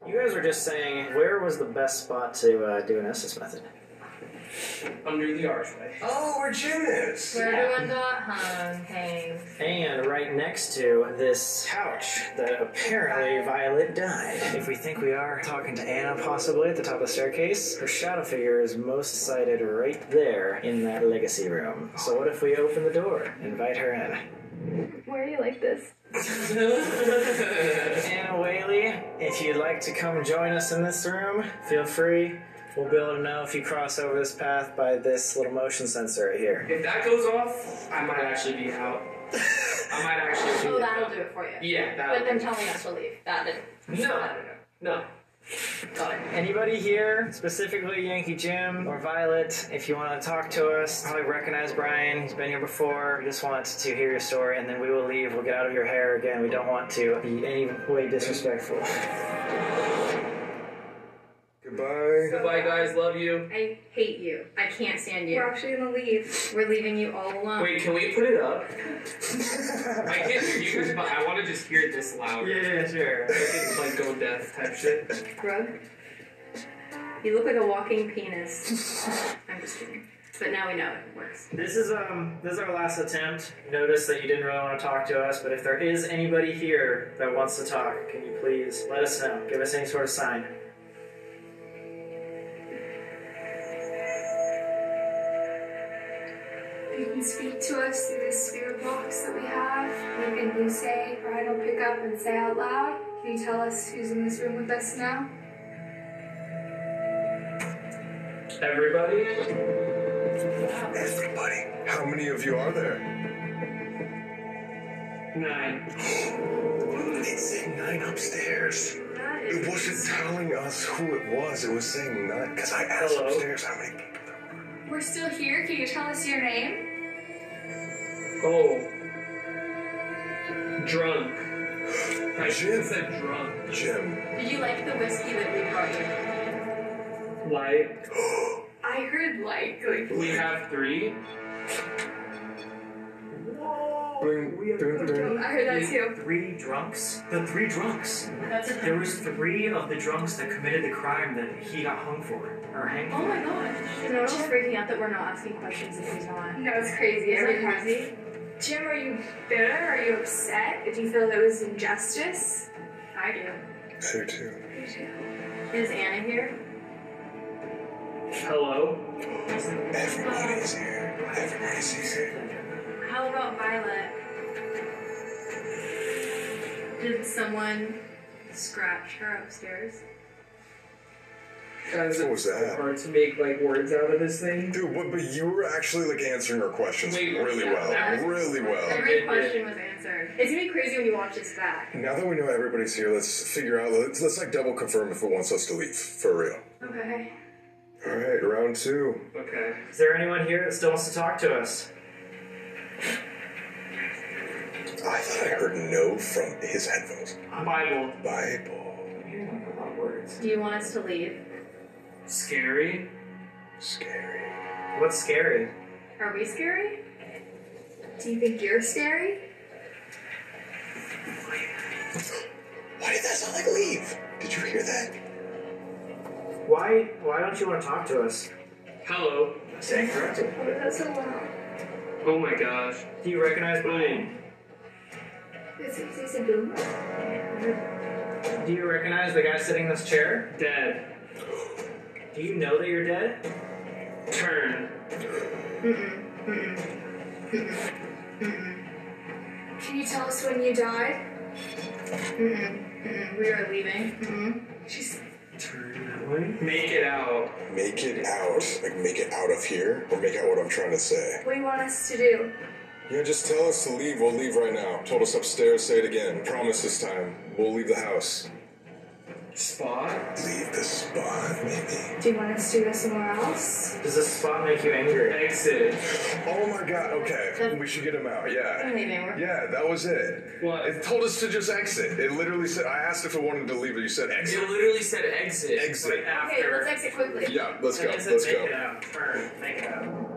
[SPEAKER 2] You guys were just saying, where was the best spot to uh, do an SS method?
[SPEAKER 6] Under the archway.
[SPEAKER 4] Oh, we're genius!
[SPEAKER 5] Where everyone got hung, hang.
[SPEAKER 2] And right next to this couch that apparently Violet died. If we think we are talking to Anna possibly at the top of the staircase, her shadow figure is most sighted right there in that legacy room. So what if we open the door, invite her in?
[SPEAKER 3] Why are you like this?
[SPEAKER 2] Anna Whaley, if you'd like to come join us in this room, feel free. We'll be able to know if you cross over this path by this little motion sensor right here.
[SPEAKER 6] If that goes off, I might actually be out. I might actually
[SPEAKER 5] Oh,
[SPEAKER 6] be
[SPEAKER 5] that'll do it for you.
[SPEAKER 6] Yeah,
[SPEAKER 5] But
[SPEAKER 6] that
[SPEAKER 5] them telling us to leave. That didn't.
[SPEAKER 6] No. No.
[SPEAKER 5] Got it.
[SPEAKER 2] Anybody here, specifically Yankee Jim or Violet, if you want to talk to us, probably recognize Brian. He's been here before. We just want to hear your story, and then we will leave. We'll get out of your hair again. We don't want to be any way disrespectful.
[SPEAKER 4] Goodbye.
[SPEAKER 6] Goodbye guys, love you.
[SPEAKER 5] I hate you. I can't stand you.
[SPEAKER 3] We're actually gonna leave.
[SPEAKER 5] We're leaving you all alone.
[SPEAKER 6] Wait, can we put it up? I can't hear you guys, but I wanna just hear it this loud.
[SPEAKER 2] sure.
[SPEAKER 6] It's like go death type shit.
[SPEAKER 5] Rug. You look like a walking penis. I'm just kidding. But now we know it works.
[SPEAKER 2] This is um this is our last attempt. Notice that you didn't really want to talk to us, but if there is anybody here that wants to talk, can you please let us know? Give us any sort of sign.
[SPEAKER 3] You can speak to us through this spirit box that we have. Anything you say, Brian will pick up and say out loud. Can you tell us who's in this room with us now?
[SPEAKER 6] Everybody?
[SPEAKER 4] Everybody. How many of you are there?
[SPEAKER 6] Nine.
[SPEAKER 4] It said nine upstairs. It wasn't telling us who it was. It was saying nine. Because I asked
[SPEAKER 2] Hello.
[SPEAKER 4] upstairs how many people there were.
[SPEAKER 3] We're still here. Can you tell us your name?
[SPEAKER 6] Oh. Drunk. I should have said drunk.
[SPEAKER 4] Jim.
[SPEAKER 5] Did you like the whiskey that we brought you?
[SPEAKER 6] Like,
[SPEAKER 3] I heard like, like
[SPEAKER 6] we have three.
[SPEAKER 4] Dun, dun, dun.
[SPEAKER 3] I heard that too.
[SPEAKER 9] three drunks? The three drunks.
[SPEAKER 5] That's it.
[SPEAKER 9] There was three of the drunks that committed the crime that he got hung for or hanged.
[SPEAKER 5] Oh
[SPEAKER 9] for.
[SPEAKER 5] my gosh. You know, it's freaking out that we're not asking questions if he's not.
[SPEAKER 3] No, it's crazy.
[SPEAKER 5] Is
[SPEAKER 3] Every
[SPEAKER 5] it
[SPEAKER 3] time.
[SPEAKER 5] crazy?
[SPEAKER 3] Jim, are you bitter? Are you upset? Did you feel there was injustice?
[SPEAKER 5] I do.
[SPEAKER 4] I do too.
[SPEAKER 5] You too. Is Anna here?
[SPEAKER 6] Hello?
[SPEAKER 4] Everybody's here. Everybody's here.
[SPEAKER 5] How about Violet? Did someone scratch her upstairs?
[SPEAKER 6] Guys,
[SPEAKER 4] What was
[SPEAKER 6] it's
[SPEAKER 4] that?
[SPEAKER 6] hard to make like words out of this thing.
[SPEAKER 4] Dude, but, but you were actually like answering our questions
[SPEAKER 6] Wait,
[SPEAKER 4] really
[SPEAKER 6] that-
[SPEAKER 5] that
[SPEAKER 4] well. Really well.
[SPEAKER 5] Every
[SPEAKER 6] did,
[SPEAKER 5] question was answered. It's gonna be crazy when you watch this back.
[SPEAKER 4] Now that we know everybody's here, let's figure out. Let's, let's like double confirm if it wants us to leave for real.
[SPEAKER 5] Okay.
[SPEAKER 4] All right, round two.
[SPEAKER 6] Okay.
[SPEAKER 2] Is there anyone here that still wants to talk to us?
[SPEAKER 4] I thought I heard no from his headphones.
[SPEAKER 6] Bible.
[SPEAKER 4] Bible.
[SPEAKER 10] I'm hearing like a lot of words.
[SPEAKER 5] Do you want us to leave?
[SPEAKER 6] Scary.
[SPEAKER 4] Scary.
[SPEAKER 2] What's scary?
[SPEAKER 5] Are we scary?
[SPEAKER 3] Do you think you're scary?
[SPEAKER 4] Why did that sound like leave? Did you hear that?
[SPEAKER 2] Why why don't you want to talk to us?
[SPEAKER 6] Hello.
[SPEAKER 2] Say correctly.
[SPEAKER 3] What was that so loud?
[SPEAKER 6] Oh my gosh.
[SPEAKER 2] Do you recognize my name?
[SPEAKER 3] Is it, is it Boomer?
[SPEAKER 2] Do you recognize the guy sitting in this chair?
[SPEAKER 6] Dead.
[SPEAKER 2] Do you know that you're dead?
[SPEAKER 6] Turn.
[SPEAKER 3] Can you tell us when you died?
[SPEAKER 5] Mm, We are leaving.
[SPEAKER 3] She's
[SPEAKER 10] Turn that way.
[SPEAKER 6] Make it out.
[SPEAKER 4] Make it out. Like, make it out of here, or make out what I'm trying to say.
[SPEAKER 3] what do you want us to do?
[SPEAKER 4] Yeah, just tell us to leave. We'll leave right now. Told us upstairs, say it again. Promise this time. We'll leave the house.
[SPEAKER 6] Spot.
[SPEAKER 4] Leave the spot, maybe.
[SPEAKER 3] Do you want us to go somewhere else?
[SPEAKER 2] Does this spot make you angry?
[SPEAKER 6] Exit.
[SPEAKER 4] Oh my god, okay. We should get him out,
[SPEAKER 5] I'm
[SPEAKER 4] yeah.
[SPEAKER 5] leaving. We're
[SPEAKER 4] Yeah, that was it.
[SPEAKER 6] What?
[SPEAKER 4] It told us to just exit. It literally said, I asked if it wanted to leave, and you said
[SPEAKER 6] You
[SPEAKER 4] exit.
[SPEAKER 6] literally said exit.
[SPEAKER 4] Exit.
[SPEAKER 6] Right
[SPEAKER 5] Okay,
[SPEAKER 6] after.
[SPEAKER 5] let's exit quickly.
[SPEAKER 4] Yeah, let's go,
[SPEAKER 6] And it said
[SPEAKER 4] let's
[SPEAKER 6] make
[SPEAKER 4] go.
[SPEAKER 6] it out. Turn. Make it out.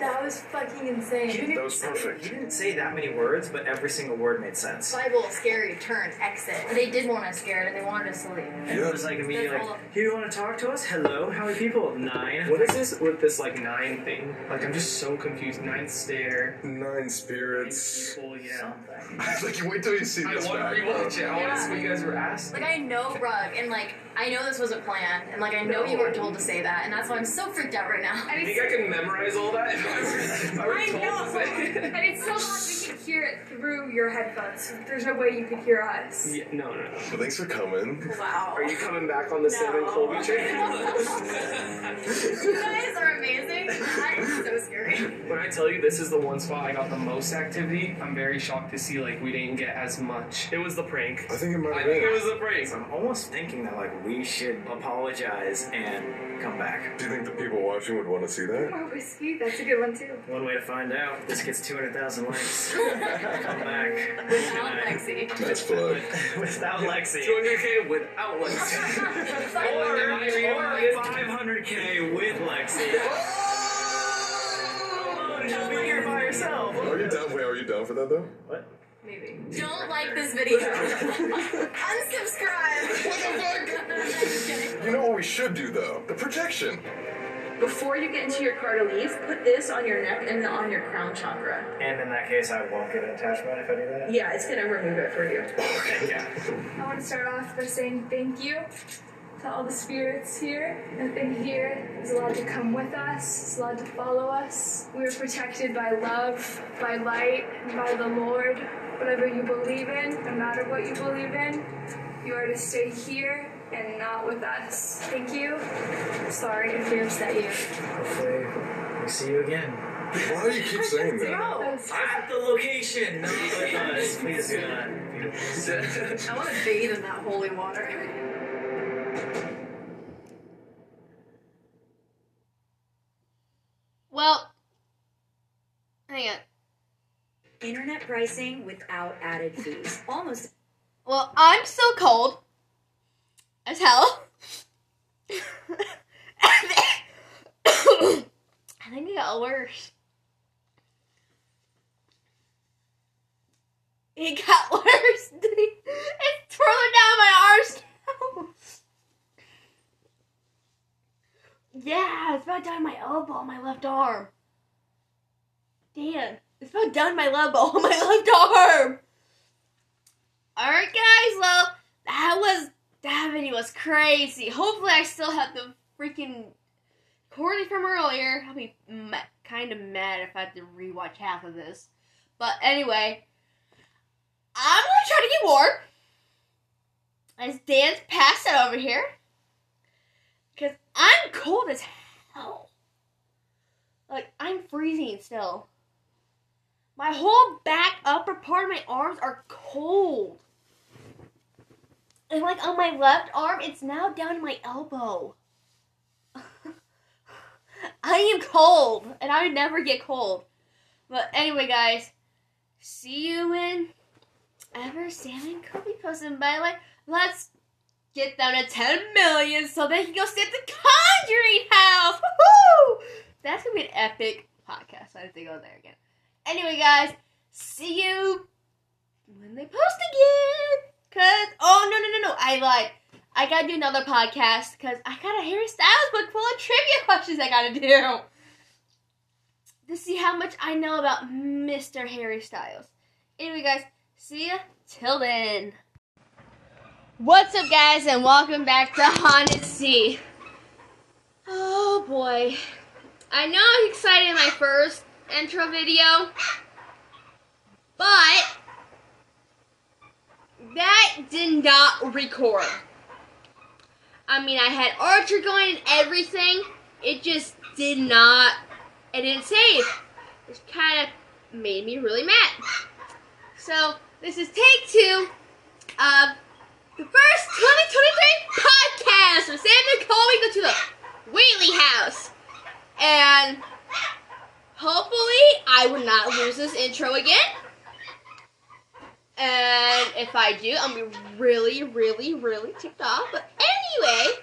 [SPEAKER 5] That was fucking insane.
[SPEAKER 4] That was perfect.
[SPEAKER 2] You didn't say that many words, but every single word made sense.
[SPEAKER 5] Bible, scary, turn, exit. They did want us scared and they wanted us to leave.
[SPEAKER 2] And it was like immediately
[SPEAKER 5] That's all.
[SPEAKER 2] like, do you want to talk to us? Hello? How many people? Nine.
[SPEAKER 6] What is this with this like nine thing? Like I'm just so confused. Ninth stare.
[SPEAKER 4] Nine
[SPEAKER 6] Nine
[SPEAKER 4] spirits.
[SPEAKER 6] people. Yeah.
[SPEAKER 4] like, you wait till you see
[SPEAKER 6] I
[SPEAKER 4] this
[SPEAKER 6] want to
[SPEAKER 4] back,
[SPEAKER 6] rewatch it. I want
[SPEAKER 5] Yeah.
[SPEAKER 6] to see what you guys were asking.
[SPEAKER 5] Like I know Rug, and like I know this wasn't planned, and like I know you weren't told to say that, and that's why I'm so freaked out right now.
[SPEAKER 6] You think I can memorize all that? If I were- if I, were
[SPEAKER 3] I
[SPEAKER 6] told
[SPEAKER 3] know,
[SPEAKER 6] to say it?
[SPEAKER 3] and it's so loud we can hear it through your headphones. There's no way you could hear us.
[SPEAKER 6] Yeah, no, no.
[SPEAKER 4] Well, thanks for coming.
[SPEAKER 5] Wow.
[SPEAKER 6] Are you coming back on the Sam and Colby train?
[SPEAKER 5] You guys are amazing. That is so scary.
[SPEAKER 6] when I tell you this is the one spot I got the most activity, I'm very shocked to see like we didn't get as much. It was the prank.
[SPEAKER 4] I think it might
[SPEAKER 6] I
[SPEAKER 4] have
[SPEAKER 6] think
[SPEAKER 4] been.
[SPEAKER 6] it was the prank.
[SPEAKER 2] I'm almost thinking that like we should apologize and come back.
[SPEAKER 4] Do you think the people watching would want to see that?
[SPEAKER 3] More whiskey? Oh, That's a good one too.
[SPEAKER 2] One way to find out. This gets 200,000 likes. come back.
[SPEAKER 5] Without Lexi.
[SPEAKER 4] Nice plug.
[SPEAKER 2] Without Lexi.
[SPEAKER 6] 200k without Lexi.
[SPEAKER 2] Or,
[SPEAKER 6] Or- or
[SPEAKER 2] 500k with Lexi. She'll be here by herself.
[SPEAKER 4] Are you down? Wait, are you down for that though?
[SPEAKER 2] What?
[SPEAKER 5] Maybe. Don't like this video. Unsubscribe.
[SPEAKER 4] You know what we should do though? The projection.
[SPEAKER 5] Before you get into your car to leave, put this on your neck and on your crown chakra.
[SPEAKER 2] And in that case, I won't get an attachment if I do that.
[SPEAKER 5] Yeah, it's gonna remove it for you.
[SPEAKER 2] Okay, yeah.
[SPEAKER 3] I want to start off by saying thank you to all the spirits here. Nothing here is allowed to come with us, it's allowed to follow us. We are protected by love, by light, and by the Lord. Whatever you believe in, no matter what you believe in, you are to stay here and not with us. Thank you. Sorry if we upset you.
[SPEAKER 2] Hopefully, we see you again.
[SPEAKER 4] Why do you keep saying that?
[SPEAKER 5] No.
[SPEAKER 2] At the location! No, please, please do not.
[SPEAKER 5] I want to bathe in that holy water.
[SPEAKER 1] Well, hang on.
[SPEAKER 11] Internet pricing without added fees. Almost
[SPEAKER 1] Well, I'm still cold as hell. I think it got worse. It got worse. it's twirling down my arms now. Yeah, it's about down my elbow on my left arm. Dan, it's about down my elbow on my left arm. Alright, guys, well, that that was that video was crazy. Hopefully, I still have the freaking recording from earlier. I'll be ma- kind of mad if I have to rewatch half of this. But anyway, I'm gonna try to get warm. As Dan's passed out over here, because I'm cold as hell. Like I'm freezing still. My whole back, upper part of my arms are cold. And like on my left arm, it's now down to my elbow. I am cold, and I never get cold. But anyway, guys, see you in ever Sam and Kobe post. And by the way, let's get them to 10 million so they can go sit at the Conjuring House. Woohoo! That's gonna be an epic podcast. I have to go there again. Anyway, guys, see you when they post again. Cause oh no no no no I lied. I gotta do another podcast because I got a Harry Styles book full of trivia questions I gotta do to see how much I know about Mr. Harry Styles. Anyway, guys, see ya till then. What's up, guys, and welcome back to Haunted Sea. Oh boy, I know I was excited in my first intro video, but that did not record. I mean, I had Archer going and everything. It just did not. It didn't save. Which kind of made me really mad. So this is take two of the first 2023 podcast with Sam and Colby go to the Wheatley House, and hopefully I will not lose this intro again. And if I do, I'm gonna be really, really, really ticked off. But anyway,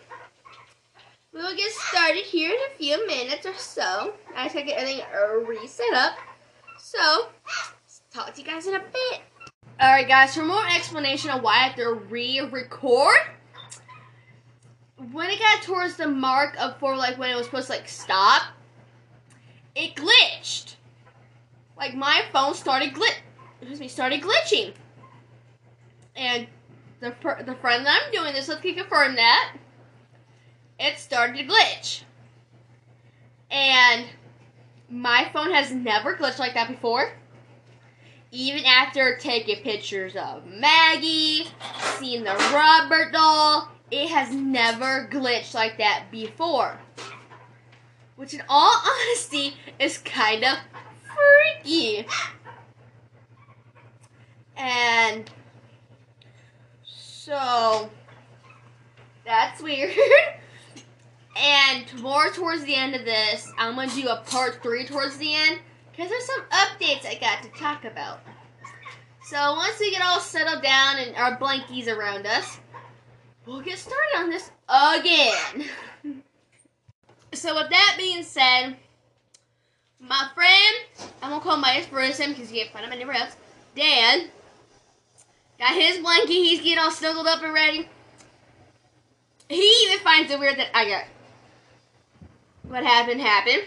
[SPEAKER 1] we will get started here in a few minutes or so. I just gotta get everything uh, reset up. So, talk to you guys in a bit. Alright, guys, for more explanation of why I have to re record, when it got towards the mark of for like when it was supposed to like stop, it glitched. Like my phone started glitch excuse me, started glitching. And the, per- the friend that I'm doing this with can confirm that it started to glitch. And my phone has never glitched like that before. Even after taking pictures of Maggie, seeing the Robert doll, it has never glitched like that before. Which, in all honesty, is kind of freaky. And so that's weird. and more towards the end of this, I'm gonna do a part three towards the end because there's some updates I got to talk about. So once we get all settled down and our blankies around us, we'll get started on this again. so with that being said, my friend, I'm gonna call my inspiration because you can't find him anywhere else. Dan got his blankie. He's getting all snuggled up and ready. He even finds it weird that I got what happened happened.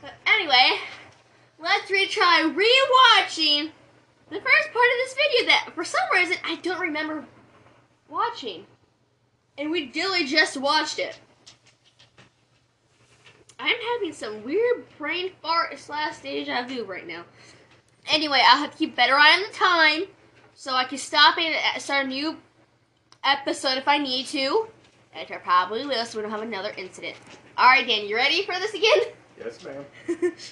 [SPEAKER 1] But anyway, let's retry rewatching the first part of this video that for some reason I don't remember watching. And we dilly just watched it. I'm having some weird brain fart slash deja vu right now. Anyway, I'll have to keep better eye on the time so I can stop and uh, start a new episode if I need to. Which I probably will, so we don't have another incident. Alright, Dan, you ready for this again?
[SPEAKER 8] Yes, ma'am.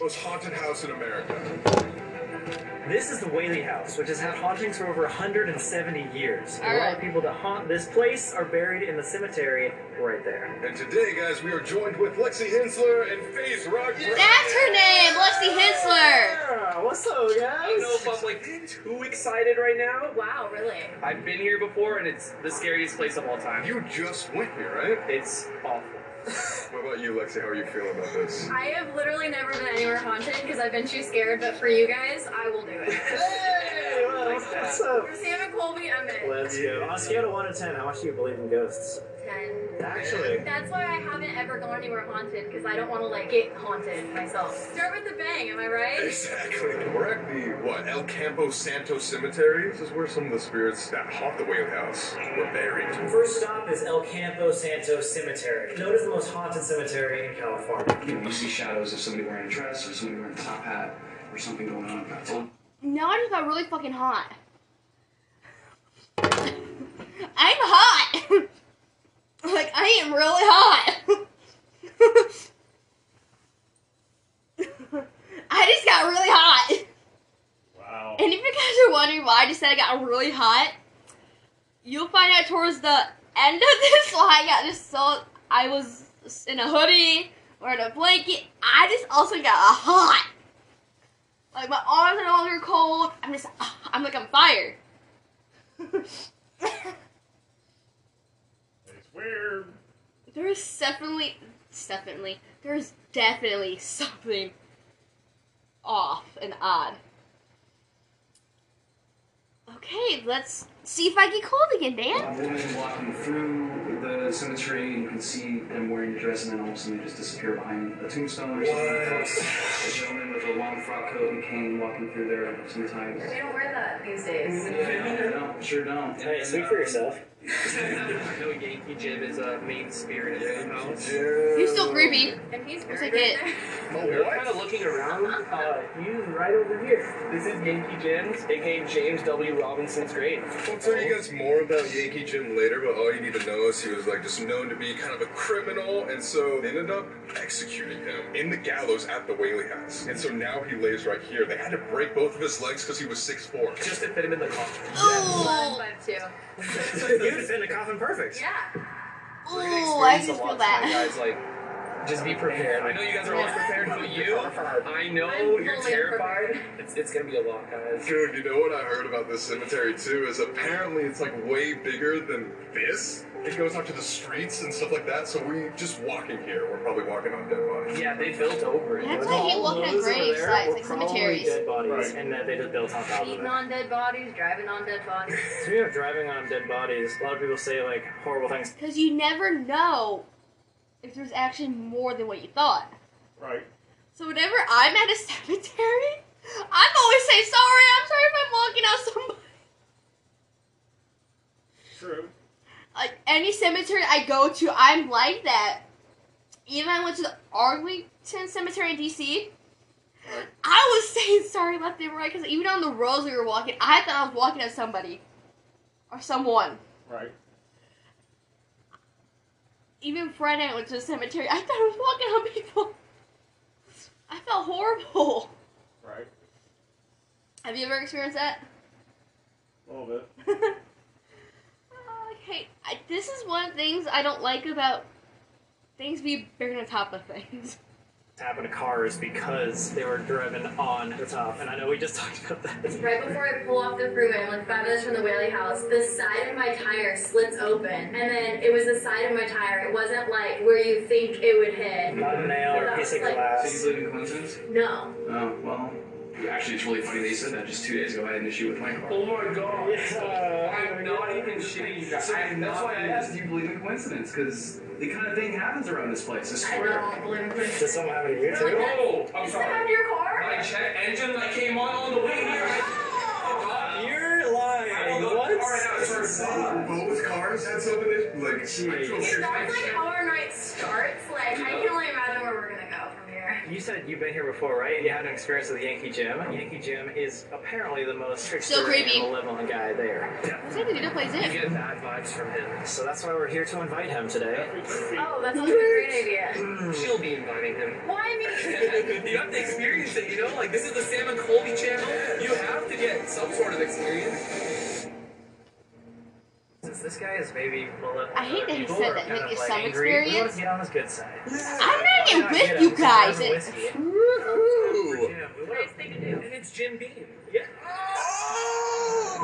[SPEAKER 4] Most haunted house in America.
[SPEAKER 2] This is the Whaley House, which has had hauntings for over 170 years. A lot
[SPEAKER 1] Alright.
[SPEAKER 2] of people that haunt this place are buried in the cemetery right there.
[SPEAKER 4] And today, guys, we are joined with Lexi Hensler and Faith Rock.
[SPEAKER 1] That's her name, Lexi Hensler.
[SPEAKER 2] Yeah, what's up, guys?
[SPEAKER 12] I don't know if I'm like too excited right now.
[SPEAKER 13] Wow, really?
[SPEAKER 12] I've been here before, and it's the scariest place of all time.
[SPEAKER 4] You just went here, right?
[SPEAKER 12] It's awful.
[SPEAKER 4] What about you, Lexi? How are you feeling about this?
[SPEAKER 13] I have literally never been anywhere haunted because I've been too scared, but for you guys, I will do it.
[SPEAKER 2] Hey, well,
[SPEAKER 12] Like that.
[SPEAKER 2] what's up?
[SPEAKER 13] We're Sam and
[SPEAKER 5] Colby Emmett.
[SPEAKER 2] Let's go. On a scale of 1 to 10, how much do you believe in ghosts?
[SPEAKER 5] Ten.
[SPEAKER 2] Actually.
[SPEAKER 5] That's why I haven't ever gone anywhere haunted because I don't want to like get haunted myself. Start with the bang, am I right?
[SPEAKER 4] Exactly. We're at the, what, El Campo Santo Cemetery? This is where some of the spirits that haunt the Whale House were buried.
[SPEAKER 14] First stop is El Campo Santo Cemetery, known as the most haunted cemetery in California.
[SPEAKER 15] You know, you see shadows of somebody wearing a dress or somebody wearing a top hat or something going on. That's all.
[SPEAKER 1] Now I just got really fucking hot. I'm hot. like I am really hot. I just got really hot.
[SPEAKER 8] Wow.
[SPEAKER 1] And if you guys are wondering why I just said I got really hot, you'll find out towards the end of this why I got just so I was in a hoodie or in a blanket. I just also got hot. Like my arms are no longer cold. I'm just I'm like on fire.
[SPEAKER 8] It's weird.
[SPEAKER 1] There's definitely, definitely, there's definitely something off and odd. Okay, let's see if I get cold again,
[SPEAKER 15] A
[SPEAKER 1] Dan.
[SPEAKER 15] woman walking through the cemetery, and you can see them wearing a dress, and then all of a sudden they just disappear behind a tombstone or something like that. A gentleman with a long frock coat and cane walking through there sometimes.
[SPEAKER 5] We don't wear that these days.
[SPEAKER 15] Yeah, no, no, sure don't.
[SPEAKER 2] Hey, speak for yourself.
[SPEAKER 6] I know Yankee Jim is a main spirit in the house.
[SPEAKER 1] He's still creepy.
[SPEAKER 5] And he's
[SPEAKER 1] Looks
[SPEAKER 5] buried
[SPEAKER 1] like it.
[SPEAKER 5] right
[SPEAKER 6] You're kind of looking around. Uh, he's right over here. This is Yankee Jim's, aka James W. Robinson's grave.
[SPEAKER 4] I'll tell you guys more about Yankee Jim later, but all you need to know is he was like just known to be kind of a criminal, and so they ended up executing him in the gallows at the Whaley House. And so now he lays right here. They had to break both of his legs because he was 6'4.
[SPEAKER 6] Just to fit him in the
[SPEAKER 5] there.
[SPEAKER 6] coffin.
[SPEAKER 5] Five two.
[SPEAKER 6] you would fit in the coffin perfect.
[SPEAKER 5] Yeah.
[SPEAKER 6] We're gonna
[SPEAKER 1] Ooh, I
[SPEAKER 6] experience
[SPEAKER 1] just
[SPEAKER 6] a
[SPEAKER 1] feel
[SPEAKER 6] lot
[SPEAKER 1] that.
[SPEAKER 6] tonight, guys. Like, just be prepared. I know you guys are always prepared, but you, I know
[SPEAKER 5] I'm
[SPEAKER 6] you're
[SPEAKER 5] fully
[SPEAKER 6] terrified. It's, it's gonna be a lot, guys.
[SPEAKER 4] Dude, you know what I heard about this cemetery too is apparently it's like way bigger than this. It goes out to the streets and stuff like that. So we just walking here. We're probably walking on dead bodies.
[SPEAKER 6] Yeah, they built over it.
[SPEAKER 1] That's why
[SPEAKER 6] Those
[SPEAKER 1] I hate
[SPEAKER 6] all
[SPEAKER 1] looking at
[SPEAKER 6] those over
[SPEAKER 1] graves,
[SPEAKER 6] there
[SPEAKER 1] like-
[SPEAKER 6] were
[SPEAKER 1] like
[SPEAKER 6] probably
[SPEAKER 1] cemeteries.
[SPEAKER 6] dead
[SPEAKER 2] Bodies,
[SPEAKER 6] Right.
[SPEAKER 2] and that they just built on top of
[SPEAKER 5] Eating
[SPEAKER 2] it.
[SPEAKER 5] on dead bodies, driving on dead bodies.
[SPEAKER 2] Speaking of driving on dead bodies, a lot of people say like horrible things.
[SPEAKER 1] Because you never know if there's actually more than what you thought.
[SPEAKER 8] Right.
[SPEAKER 1] So whenever I'm at a cemetery, I'm always say sorry. I'm sorry if I'm walking out somebody.
[SPEAKER 8] True.
[SPEAKER 1] like any cemetery I go to, I'm like that. Even I went to the Arlington Cemetery in DC. I was saying sorry left and right because even on the roads we were walking, I thought I was walking at somebody or someone.
[SPEAKER 8] Right.
[SPEAKER 1] Even Friday I went to the cemetery, I thought I was walking on people. I felt horrible.
[SPEAKER 8] Right.
[SPEAKER 1] Have you ever experienced that?
[SPEAKER 8] A little bit.
[SPEAKER 1] Okay, I, this is one of the things I don't like about things being buried on top of things.
[SPEAKER 2] Happened to cars because they were driven on the top, and I know we just talked about that.
[SPEAKER 5] Right before I pull off the freeway, I'm like five minutes from the Whaley house, the side of my tire slits open. And then it was the side of my tire. It wasn't like where you think it would hit.
[SPEAKER 2] Not a nail or a piece of glass.
[SPEAKER 15] So you believe in coincidence?
[SPEAKER 5] No.
[SPEAKER 15] Oh, well, actually, it's really funny that you said that. Just two days ago, I had an issue with my car.
[SPEAKER 6] Oh my god.
[SPEAKER 15] I'm not even shitting you guys. that's why I asked, do you believe in coincidence? Because the kind of thing happens around this place, I
[SPEAKER 5] I
[SPEAKER 15] swear.
[SPEAKER 5] don't believe in it.
[SPEAKER 2] Does something happen to you too?
[SPEAKER 15] Oh, I'm
[SPEAKER 5] Does that happen to your car?
[SPEAKER 15] My check engine light came on on the way here. I-
[SPEAKER 2] You're lying.
[SPEAKER 4] Wow, Both cars had something that, like actual
[SPEAKER 5] If
[SPEAKER 4] shit.
[SPEAKER 5] that's like how our night starts, like I can only imagine where we're gonna go from here.
[SPEAKER 2] You said you've been here before, right? And you had an experience with the Yankee Jim. Yankee Jim is apparently the most trickster
[SPEAKER 1] creepy.
[SPEAKER 2] and malevolent guy there.
[SPEAKER 1] What's that dude who plays
[SPEAKER 6] You
[SPEAKER 1] it?
[SPEAKER 6] get bad vibes from him.
[SPEAKER 2] So that's why we're here to invite him today.
[SPEAKER 5] Oh, that's a great idea.
[SPEAKER 6] She'll be inviting him.
[SPEAKER 5] Why me?
[SPEAKER 6] you have to experience it, you know? Like, this is the Sam and Colby channel. You have to get some sort of experience.
[SPEAKER 2] Since this guy is maybe malevolent,
[SPEAKER 1] I hate that he
[SPEAKER 2] people
[SPEAKER 1] said
[SPEAKER 2] are
[SPEAKER 1] that,
[SPEAKER 2] kind
[SPEAKER 1] like,
[SPEAKER 2] of,
[SPEAKER 1] it's some
[SPEAKER 2] angry, We want
[SPEAKER 1] experience.
[SPEAKER 2] to get on his good side.
[SPEAKER 1] I'm not
[SPEAKER 2] Why
[SPEAKER 1] in
[SPEAKER 2] not
[SPEAKER 1] with
[SPEAKER 2] get
[SPEAKER 1] you
[SPEAKER 2] him?
[SPEAKER 1] guys.
[SPEAKER 2] Grab a whiskey.
[SPEAKER 6] Ooh.
[SPEAKER 2] Jim, we
[SPEAKER 5] Nice
[SPEAKER 2] love
[SPEAKER 5] thing to do.
[SPEAKER 6] And it's Jim Beam. Yeah.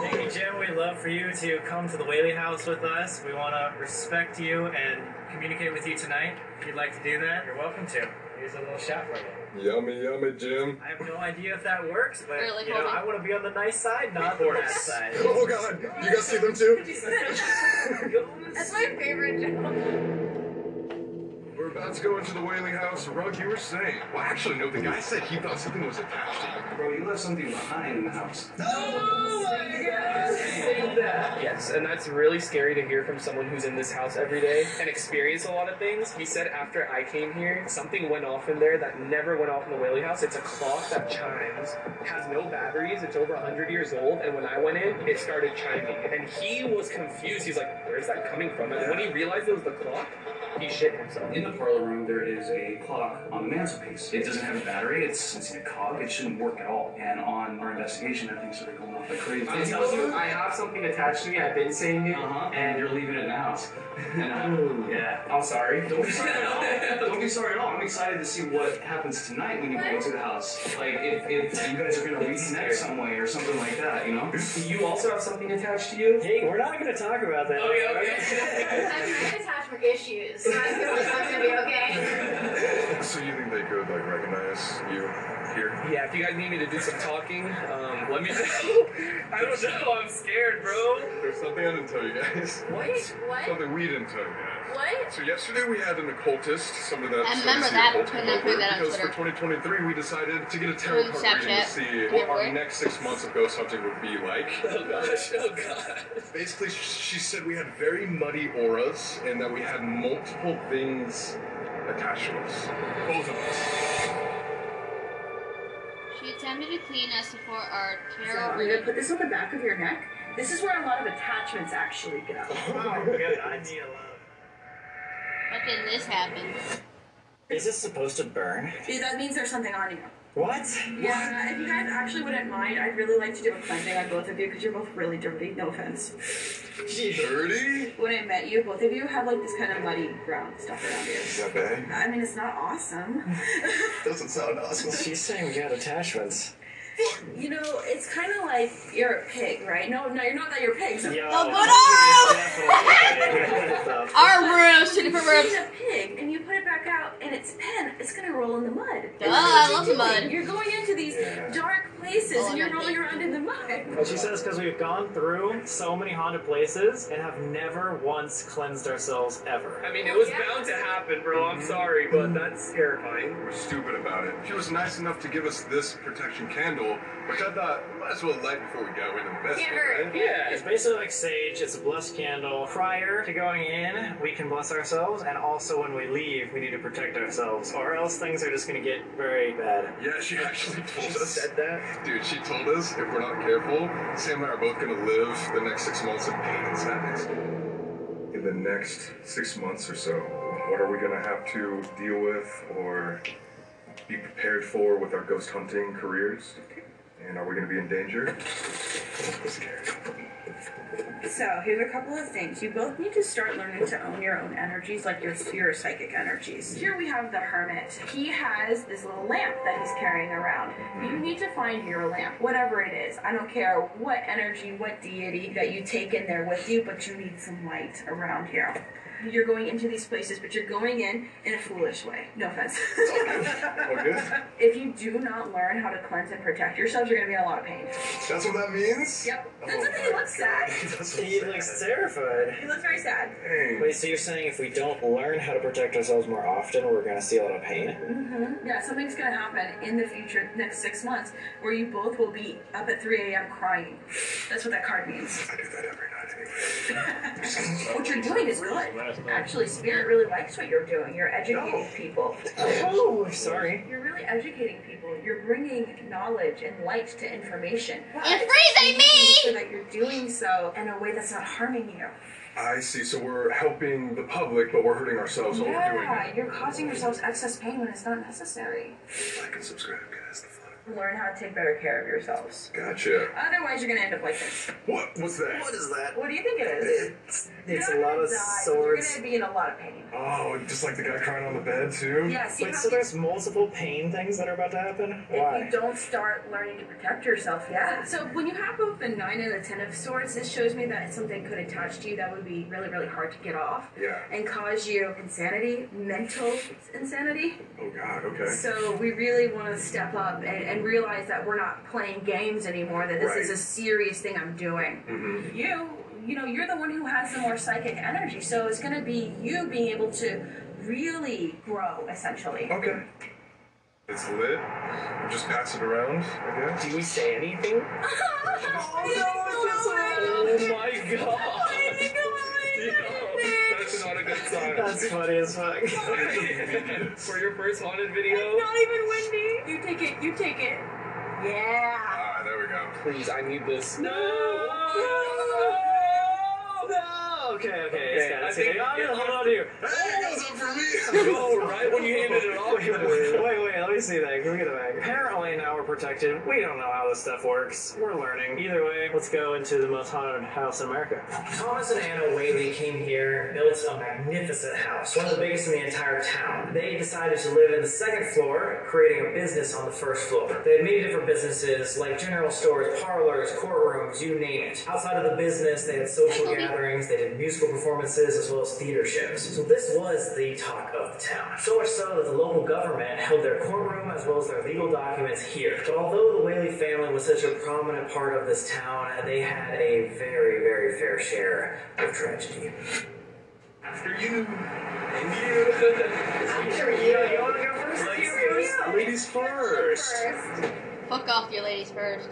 [SPEAKER 2] Yankee Jim, we love for you to come to the Whaley House with us. We want to respect you and communicate with you tonight. If you'd like to do that, you're welcome to. Here's a little shot for you.
[SPEAKER 4] Yummy, yummy, Jim.
[SPEAKER 2] I have no idea if that works, but
[SPEAKER 1] Really
[SPEAKER 2] you know,
[SPEAKER 1] holding-
[SPEAKER 2] I want to be on the nice side, not the bad side.
[SPEAKER 4] Oh god, you guys see them too?
[SPEAKER 16] That's my favorite joke.
[SPEAKER 4] We're about to go into the Whaley House. Rug, you were saying. Well, actually, no, the guy said he thought something was attached to you.
[SPEAKER 17] Bro, you left something behind in the house.
[SPEAKER 16] Oh my
[SPEAKER 6] Save that. Yes, and that's really scary to hear from someone who's in this house every day and experience a lot of things. He said after I came here, something went off in there that never went off in the Whaley house. It's a clock that chimes, has no batteries, it's over 100 years old, and when I went in, it started chiming. And he was confused. He's like, where's that coming from? And when he realized it was the clock, he shit himself.
[SPEAKER 17] In the parlor room, there is a clock on the mantelpiece. It doesn't have a battery. It's, it's in a cog. It shouldn't work at all. And on our investigation, that thing started going off like crazy.
[SPEAKER 6] I told you I have something attached to me. I've been saying it,
[SPEAKER 17] Uh-huh.
[SPEAKER 6] and
[SPEAKER 17] And you're leaving it in the house. And I, yeah.
[SPEAKER 6] I'm sorry.
[SPEAKER 17] Don't be sorry at all. Don't be sorry at all. I'm excited to see what happens tonight when you go into the house. Like if, if you guys are gonna reconnect some way or something like that, you know?
[SPEAKER 6] You also have something attached to you?
[SPEAKER 2] Hey, we're not going to talk about that.
[SPEAKER 6] Okay, okay.
[SPEAKER 18] I'm trying to attach my issues, so I feel like I'm gonna be okay.
[SPEAKER 4] So you think they could, like, recognize you here?
[SPEAKER 6] Yeah, if you guys need me to do some talking, um, let me know. I don't know, I'm scared, bro.
[SPEAKER 4] There's something I didn't tell you guys.
[SPEAKER 18] Wait, what?
[SPEAKER 4] Something we didn't tell you guys.
[SPEAKER 18] What?
[SPEAKER 4] So yesterday we had an occultist, somebody that
[SPEAKER 1] I
[SPEAKER 4] studies
[SPEAKER 1] remember
[SPEAKER 4] the
[SPEAKER 1] that.
[SPEAKER 4] occult
[SPEAKER 1] Put
[SPEAKER 4] come
[SPEAKER 1] that- put
[SPEAKER 4] over,
[SPEAKER 1] that on
[SPEAKER 4] because for
[SPEAKER 1] Twitter.
[SPEAKER 4] 2023 we decided to get a tarot
[SPEAKER 1] On
[SPEAKER 4] card reading
[SPEAKER 1] Snapchat.
[SPEAKER 4] to see
[SPEAKER 1] Yeah,
[SPEAKER 4] what our
[SPEAKER 1] right.
[SPEAKER 4] next six months of ghost hunting would be like.
[SPEAKER 6] Oh gosh, oh god.
[SPEAKER 4] Basically, she said we had very muddy auras and that we had multiple things attached to us. Both of us.
[SPEAKER 1] She attempted to clean us before our
[SPEAKER 5] So
[SPEAKER 1] tarot
[SPEAKER 5] I'm gonna
[SPEAKER 1] reading.
[SPEAKER 5] put this on the back of your neck. This is where a lot of attachments actually go.
[SPEAKER 2] Oh, good. I need a lot.
[SPEAKER 1] What did this happen?
[SPEAKER 2] Is this supposed to burn?
[SPEAKER 5] Yeah, That means there's something on you.
[SPEAKER 2] What?
[SPEAKER 5] Yeah, if you guys actually wouldn't mind, I'd really like to do a cleansing on both of you because you're both really dirty. No offense.
[SPEAKER 4] Dirty?
[SPEAKER 5] When I met you, both of you had like this kind of muddy brown stuff around you.
[SPEAKER 4] Is that bad?
[SPEAKER 5] I mean, it's not awesome.
[SPEAKER 4] Doesn't sound awesome.
[SPEAKER 2] She's saying we got attachments.
[SPEAKER 5] You know, it's kind of like you're a pig, right? No, no, you're not that you're a pig. So
[SPEAKER 2] Yo. uh,
[SPEAKER 1] Our rooms, two different
[SPEAKER 5] You
[SPEAKER 1] rooms.
[SPEAKER 5] feed a pig and you put it back out, and it's pen. It's gonna roll in the mud.
[SPEAKER 1] Duh, I love the mud.
[SPEAKER 5] You're going into these dark places,
[SPEAKER 1] Oh,
[SPEAKER 5] and you're
[SPEAKER 1] that
[SPEAKER 5] rolling
[SPEAKER 1] thing.
[SPEAKER 5] around in the mud.
[SPEAKER 2] She says because we've gone through so many haunted places and have never once cleansed ourselves ever.
[SPEAKER 6] I mean, it was bound to happen, bro.
[SPEAKER 17] Mhm.
[SPEAKER 6] I'm sorry, but that's terrifying.
[SPEAKER 4] We're stupid about it. She was nice enough to give us this protection candle, which I thought might as well light before we go. We're the best.
[SPEAKER 18] Can't hurt.
[SPEAKER 4] right?
[SPEAKER 2] It's basically like sage. It's a blessed candle. Prior to going in, we can bless ourselves, and also when we leave, we need to protect ourselves, or else things are just gonna get very bad.
[SPEAKER 4] Yeah, she actually told us.
[SPEAKER 6] that?
[SPEAKER 4] Dude, she told us if we're not careful, Sam and I are both gonna live the next six months in pain and sadness. In the next six months or so, what are we gonna have to deal with or be prepared for with our ghost hunting careers? And are we gonna be in danger? I'm scared.
[SPEAKER 5] So here's a couple of things. You both need to start learning to own your own energies, like your your psychic energies. Here we have the hermit. He has this little lamp that he's carrying around. You need to find your lamp, whatever it is. I don't care what energy, what deity that you take in there with you, but you need some light around here. You're going into these places, but you're going in in a foolish way. No offense.
[SPEAKER 4] Okay.
[SPEAKER 5] if you do not learn how to cleanse and protect yourselves, you're going to be in a lot of pain.
[SPEAKER 4] That's what that means?
[SPEAKER 5] Yep.
[SPEAKER 4] Oh
[SPEAKER 5] That's okay. He
[SPEAKER 4] my
[SPEAKER 5] looks sad.
[SPEAKER 4] God, that's
[SPEAKER 2] He
[SPEAKER 4] what I'm
[SPEAKER 2] looks
[SPEAKER 4] saying.
[SPEAKER 2] terrified.
[SPEAKER 5] He looks very sad.
[SPEAKER 4] Dang.
[SPEAKER 2] Wait, so you're saying if we don't learn how to protect ourselves more often, we're gonna see a lot of pain?
[SPEAKER 5] Mm-hmm. Yeah, something's gonna happen in the future, next six months, where you both will be up at 3 a.m. crying. That's what that card means.
[SPEAKER 4] I do that every night anyway.
[SPEAKER 5] What you're doing is good. Actually, Spirit really likes what you're doing. You're educating people.
[SPEAKER 2] Oh, sorry.
[SPEAKER 5] You're really educating people. You're bringing knowledge and light to information.
[SPEAKER 1] And freezing me!
[SPEAKER 5] So that you're doing so in a way that's not harming you.
[SPEAKER 4] I see. So we're helping the public, but we're hurting ourselves while we're doing
[SPEAKER 5] Yeah, you're causing yourselves excess pain when it's not necessary.
[SPEAKER 4] it. Like and subscribe, guys. The fuck.
[SPEAKER 5] Learn how to take better care of yourselves.
[SPEAKER 4] Gotcha.
[SPEAKER 5] Otherwise, you're gonna end up like this.
[SPEAKER 4] What? What's that? What is that?
[SPEAKER 5] What do you think it is?
[SPEAKER 4] It's
[SPEAKER 5] You're
[SPEAKER 4] a
[SPEAKER 5] not
[SPEAKER 4] lot
[SPEAKER 5] gonna
[SPEAKER 4] of
[SPEAKER 5] die, but
[SPEAKER 4] swords.
[SPEAKER 5] You're gonna be in a lot of pain.
[SPEAKER 4] Oh, just like the guy crying on the bed too.
[SPEAKER 5] Yes, you
[SPEAKER 19] Wait,
[SPEAKER 5] have
[SPEAKER 19] so
[SPEAKER 5] to-
[SPEAKER 19] there's multiple pain things that are about to happen?
[SPEAKER 5] If
[SPEAKER 19] Why?
[SPEAKER 5] you don't start learning to protect yourself, yeah. So when you have both the nine and the ten of swords, this shows me that something could attach to you that would be really, really hard to get off
[SPEAKER 4] Yeah.
[SPEAKER 5] and cause you insanity, mental insanity.
[SPEAKER 4] Oh God. Okay.
[SPEAKER 5] So we really want to step up and, and realize that we're not playing games anymore. That this is
[SPEAKER 4] Right.
[SPEAKER 5] a serious thing I'm doing.
[SPEAKER 4] Mhm.
[SPEAKER 5] You, you know, you're the one who has the more psychic energy, so it's going to be you being able to really grow, essentially.
[SPEAKER 4] Okay. It's lit. We just pass it around. I guess.
[SPEAKER 6] Do we say anything?
[SPEAKER 4] Oh
[SPEAKER 6] my god! That's not a good sign.
[SPEAKER 19] That's funny as fuck.
[SPEAKER 6] For your first haunted video?
[SPEAKER 5] Not even windy. You take it. You take it. Yeah.
[SPEAKER 4] Ah, there we go.
[SPEAKER 6] Please, I need this. No!
[SPEAKER 19] Oh, okay, okay. It's got
[SPEAKER 6] I
[SPEAKER 19] it.
[SPEAKER 6] think-
[SPEAKER 19] Hey, oh,
[SPEAKER 6] yeah,
[SPEAKER 19] no, hold on to you.
[SPEAKER 4] Hey, it goes up for me.
[SPEAKER 6] Oh, right when you handed it off,
[SPEAKER 19] Wait,
[SPEAKER 6] you were-
[SPEAKER 19] wait, wait, let me see that. Can we get it back? Apparently now we're protected. We don't know how this stuff works. We're learning. Either way, let's go into the most haunted house in America.
[SPEAKER 2] Thomas and Anna Whaley came here, built a magnificent house, one of the biggest in the entire town. They decided to live in the second floor, creating a business on the first floor. They had many different businesses, like general stores, parlors, courtrooms, you name it. Outside of the business, they had social gatherings, they did musical performances, as well as theater shows. So this was the talk of the town. So much so that the local government held their courtroom as well as their legal documents here. But although the Whaley family was such a prominent part of this town, they had a very, very fair share of tragedy.
[SPEAKER 4] After you. After you. You wanna go first? Ladies first.
[SPEAKER 1] Fuck off, you ladies first.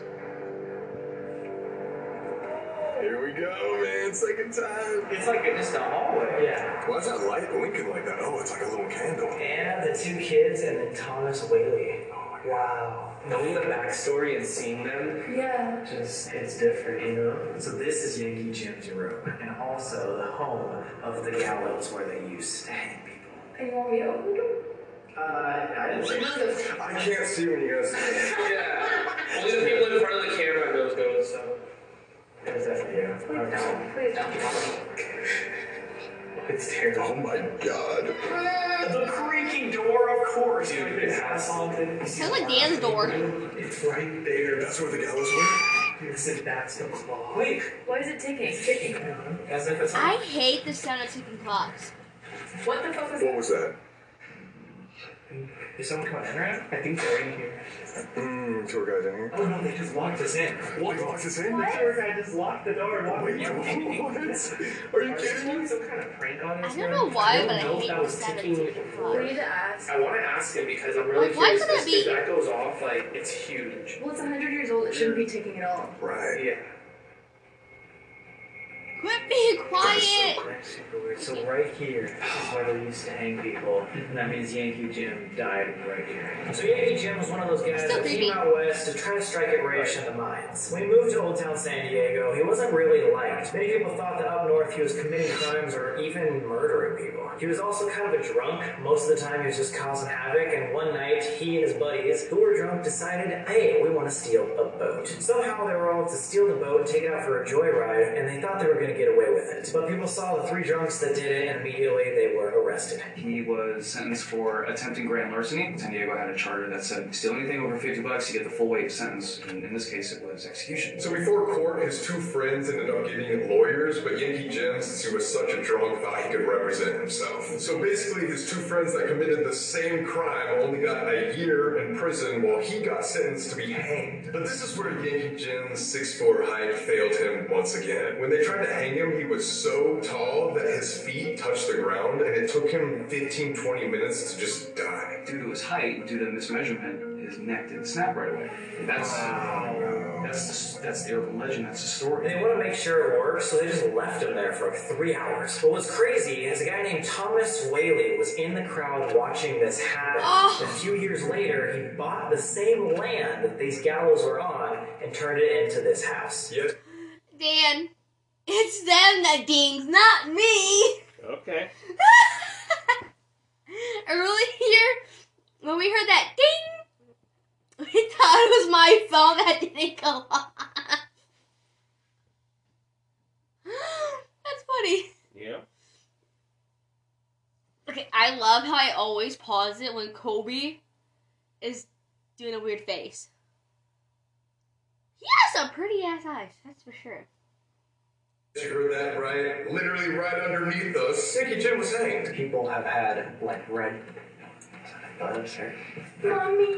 [SPEAKER 4] Here we go, man. Second time. It's like just a hallway.
[SPEAKER 2] Yeah.
[SPEAKER 4] Why is that light blinking like that? Oh, it's like a little candle.
[SPEAKER 2] Anna, the two kids, and then Thomas Whaley.
[SPEAKER 20] Wow. Knowing the backstory and seeing them,
[SPEAKER 21] Yeah.
[SPEAKER 20] just it's different, you know.
[SPEAKER 22] So this is Yankee Jim's room, and also the home of the gallows where they used to hang people.
[SPEAKER 21] And you want me to open them?
[SPEAKER 22] Uh, I didn't say
[SPEAKER 4] I can't see when you guys.
[SPEAKER 6] yeah. Only the people in front of the camera knows those, so.
[SPEAKER 2] There's definitely
[SPEAKER 21] No, please don't.
[SPEAKER 4] It's terrible. Oh my god.
[SPEAKER 22] The creaking door, of course.
[SPEAKER 6] Dude, it has haunted.
[SPEAKER 1] Sounds like Dan's door.
[SPEAKER 22] It's right there.
[SPEAKER 4] That's where the gallows were.
[SPEAKER 22] Listen, that's the clock.
[SPEAKER 6] Wait,
[SPEAKER 3] Why is it ticking? It's ticking.
[SPEAKER 6] as if it's
[SPEAKER 1] I hate the sound of ticking clocks.
[SPEAKER 3] What the fuck was
[SPEAKER 4] What was that?
[SPEAKER 20] Is someone coming in right now? I think they're in here.
[SPEAKER 4] Mmm, tour guide in here.
[SPEAKER 22] Oh no, they just locked us in.
[SPEAKER 4] What? They locked us in?
[SPEAKER 20] The tour guide just locked the door. and walked
[SPEAKER 4] Wait,
[SPEAKER 20] in.
[SPEAKER 4] what? Are you kidding me?
[SPEAKER 20] Some kind of prank on us.
[SPEAKER 1] I
[SPEAKER 20] man?
[SPEAKER 1] don't know why,
[SPEAKER 20] don't
[SPEAKER 1] but I
[SPEAKER 20] know if
[SPEAKER 1] hate
[SPEAKER 20] that
[SPEAKER 1] the
[SPEAKER 20] was
[SPEAKER 1] sound of
[SPEAKER 20] ticking
[SPEAKER 1] ticking
[SPEAKER 20] before.
[SPEAKER 3] We need to ask.
[SPEAKER 20] I want to ask him because I'm really
[SPEAKER 1] Like, why
[SPEAKER 20] curious.
[SPEAKER 1] could that
[SPEAKER 20] because
[SPEAKER 1] be?
[SPEAKER 20] If that goes off, like it's huge.
[SPEAKER 3] Well, it's 100 years old. It shouldn't be ticking at all.
[SPEAKER 4] Right.
[SPEAKER 20] Yeah.
[SPEAKER 1] Quit being quiet!
[SPEAKER 22] Super weird. So right here is where they used to hang people, and that means Yankee Jim died right here.
[SPEAKER 2] So Yankee Jim was one of those guys
[SPEAKER 1] Still
[SPEAKER 2] that
[SPEAKER 1] creepy.
[SPEAKER 2] came out west to try to strike at rich in the mines. When he moved to Old Town San Diego, he wasn't really liked. Many people thought that up north he was committing crimes or even murdering people. He was also kind of a drunk. Most of the time he was just causing havoc, and one night he and his buddies, who were drunk, decided, hey, we want to steal a boat. Somehow they were all to steal the boat and take it out for a joyride, and they thought they were going to get away with it. But people saw the three drunks that did it, and immediately they were arrested.
[SPEAKER 17] He was sentenced for attempting grand larceny. San Diego had a charter that said, steal anything over 50 bucks, you get the full weight sentence. And in this case, it was execution.
[SPEAKER 4] So before court, his two friends ended up getting lawyers, but Yankee Jim, since he was such a drunk, thought he could represent himself. So basically, his two friends that committed the same crime only got a year in prison while he got sentenced to be hanged. But this is where Yankee Jim's 6'4 height failed him once again. When they tried to hang him, he was so tall that his feet touched the ground, and it took him 15 20 minutes to just die.
[SPEAKER 17] Due to his height, due to mismeasurement, his neck didn't snap right away. That's that's the, that's the urban legend. That's the story.
[SPEAKER 2] And they want to make sure it works, so they just left him there for like three hours. What was crazy is a guy named Thomas Whaley was in the crowd watching this happen.
[SPEAKER 1] Oh.
[SPEAKER 2] A few years later, he bought the same land that these gallows were on and turned it into this house.
[SPEAKER 4] Yet
[SPEAKER 1] Dan, it's them that dings, not me!
[SPEAKER 8] Okay.
[SPEAKER 1] I really hear when we heard that ding, I thought it was my phone that didn't go off. That's funny.
[SPEAKER 8] Yeah.
[SPEAKER 1] Okay, I love how I always pause it when Kobe is doing a weird face. He has some pretty ass eyes, that's for sure.
[SPEAKER 4] You heard that right? Literally right underneath us. Yankee Jim was hanged.
[SPEAKER 2] People have had like red. I'm sorry.
[SPEAKER 23] Mommy.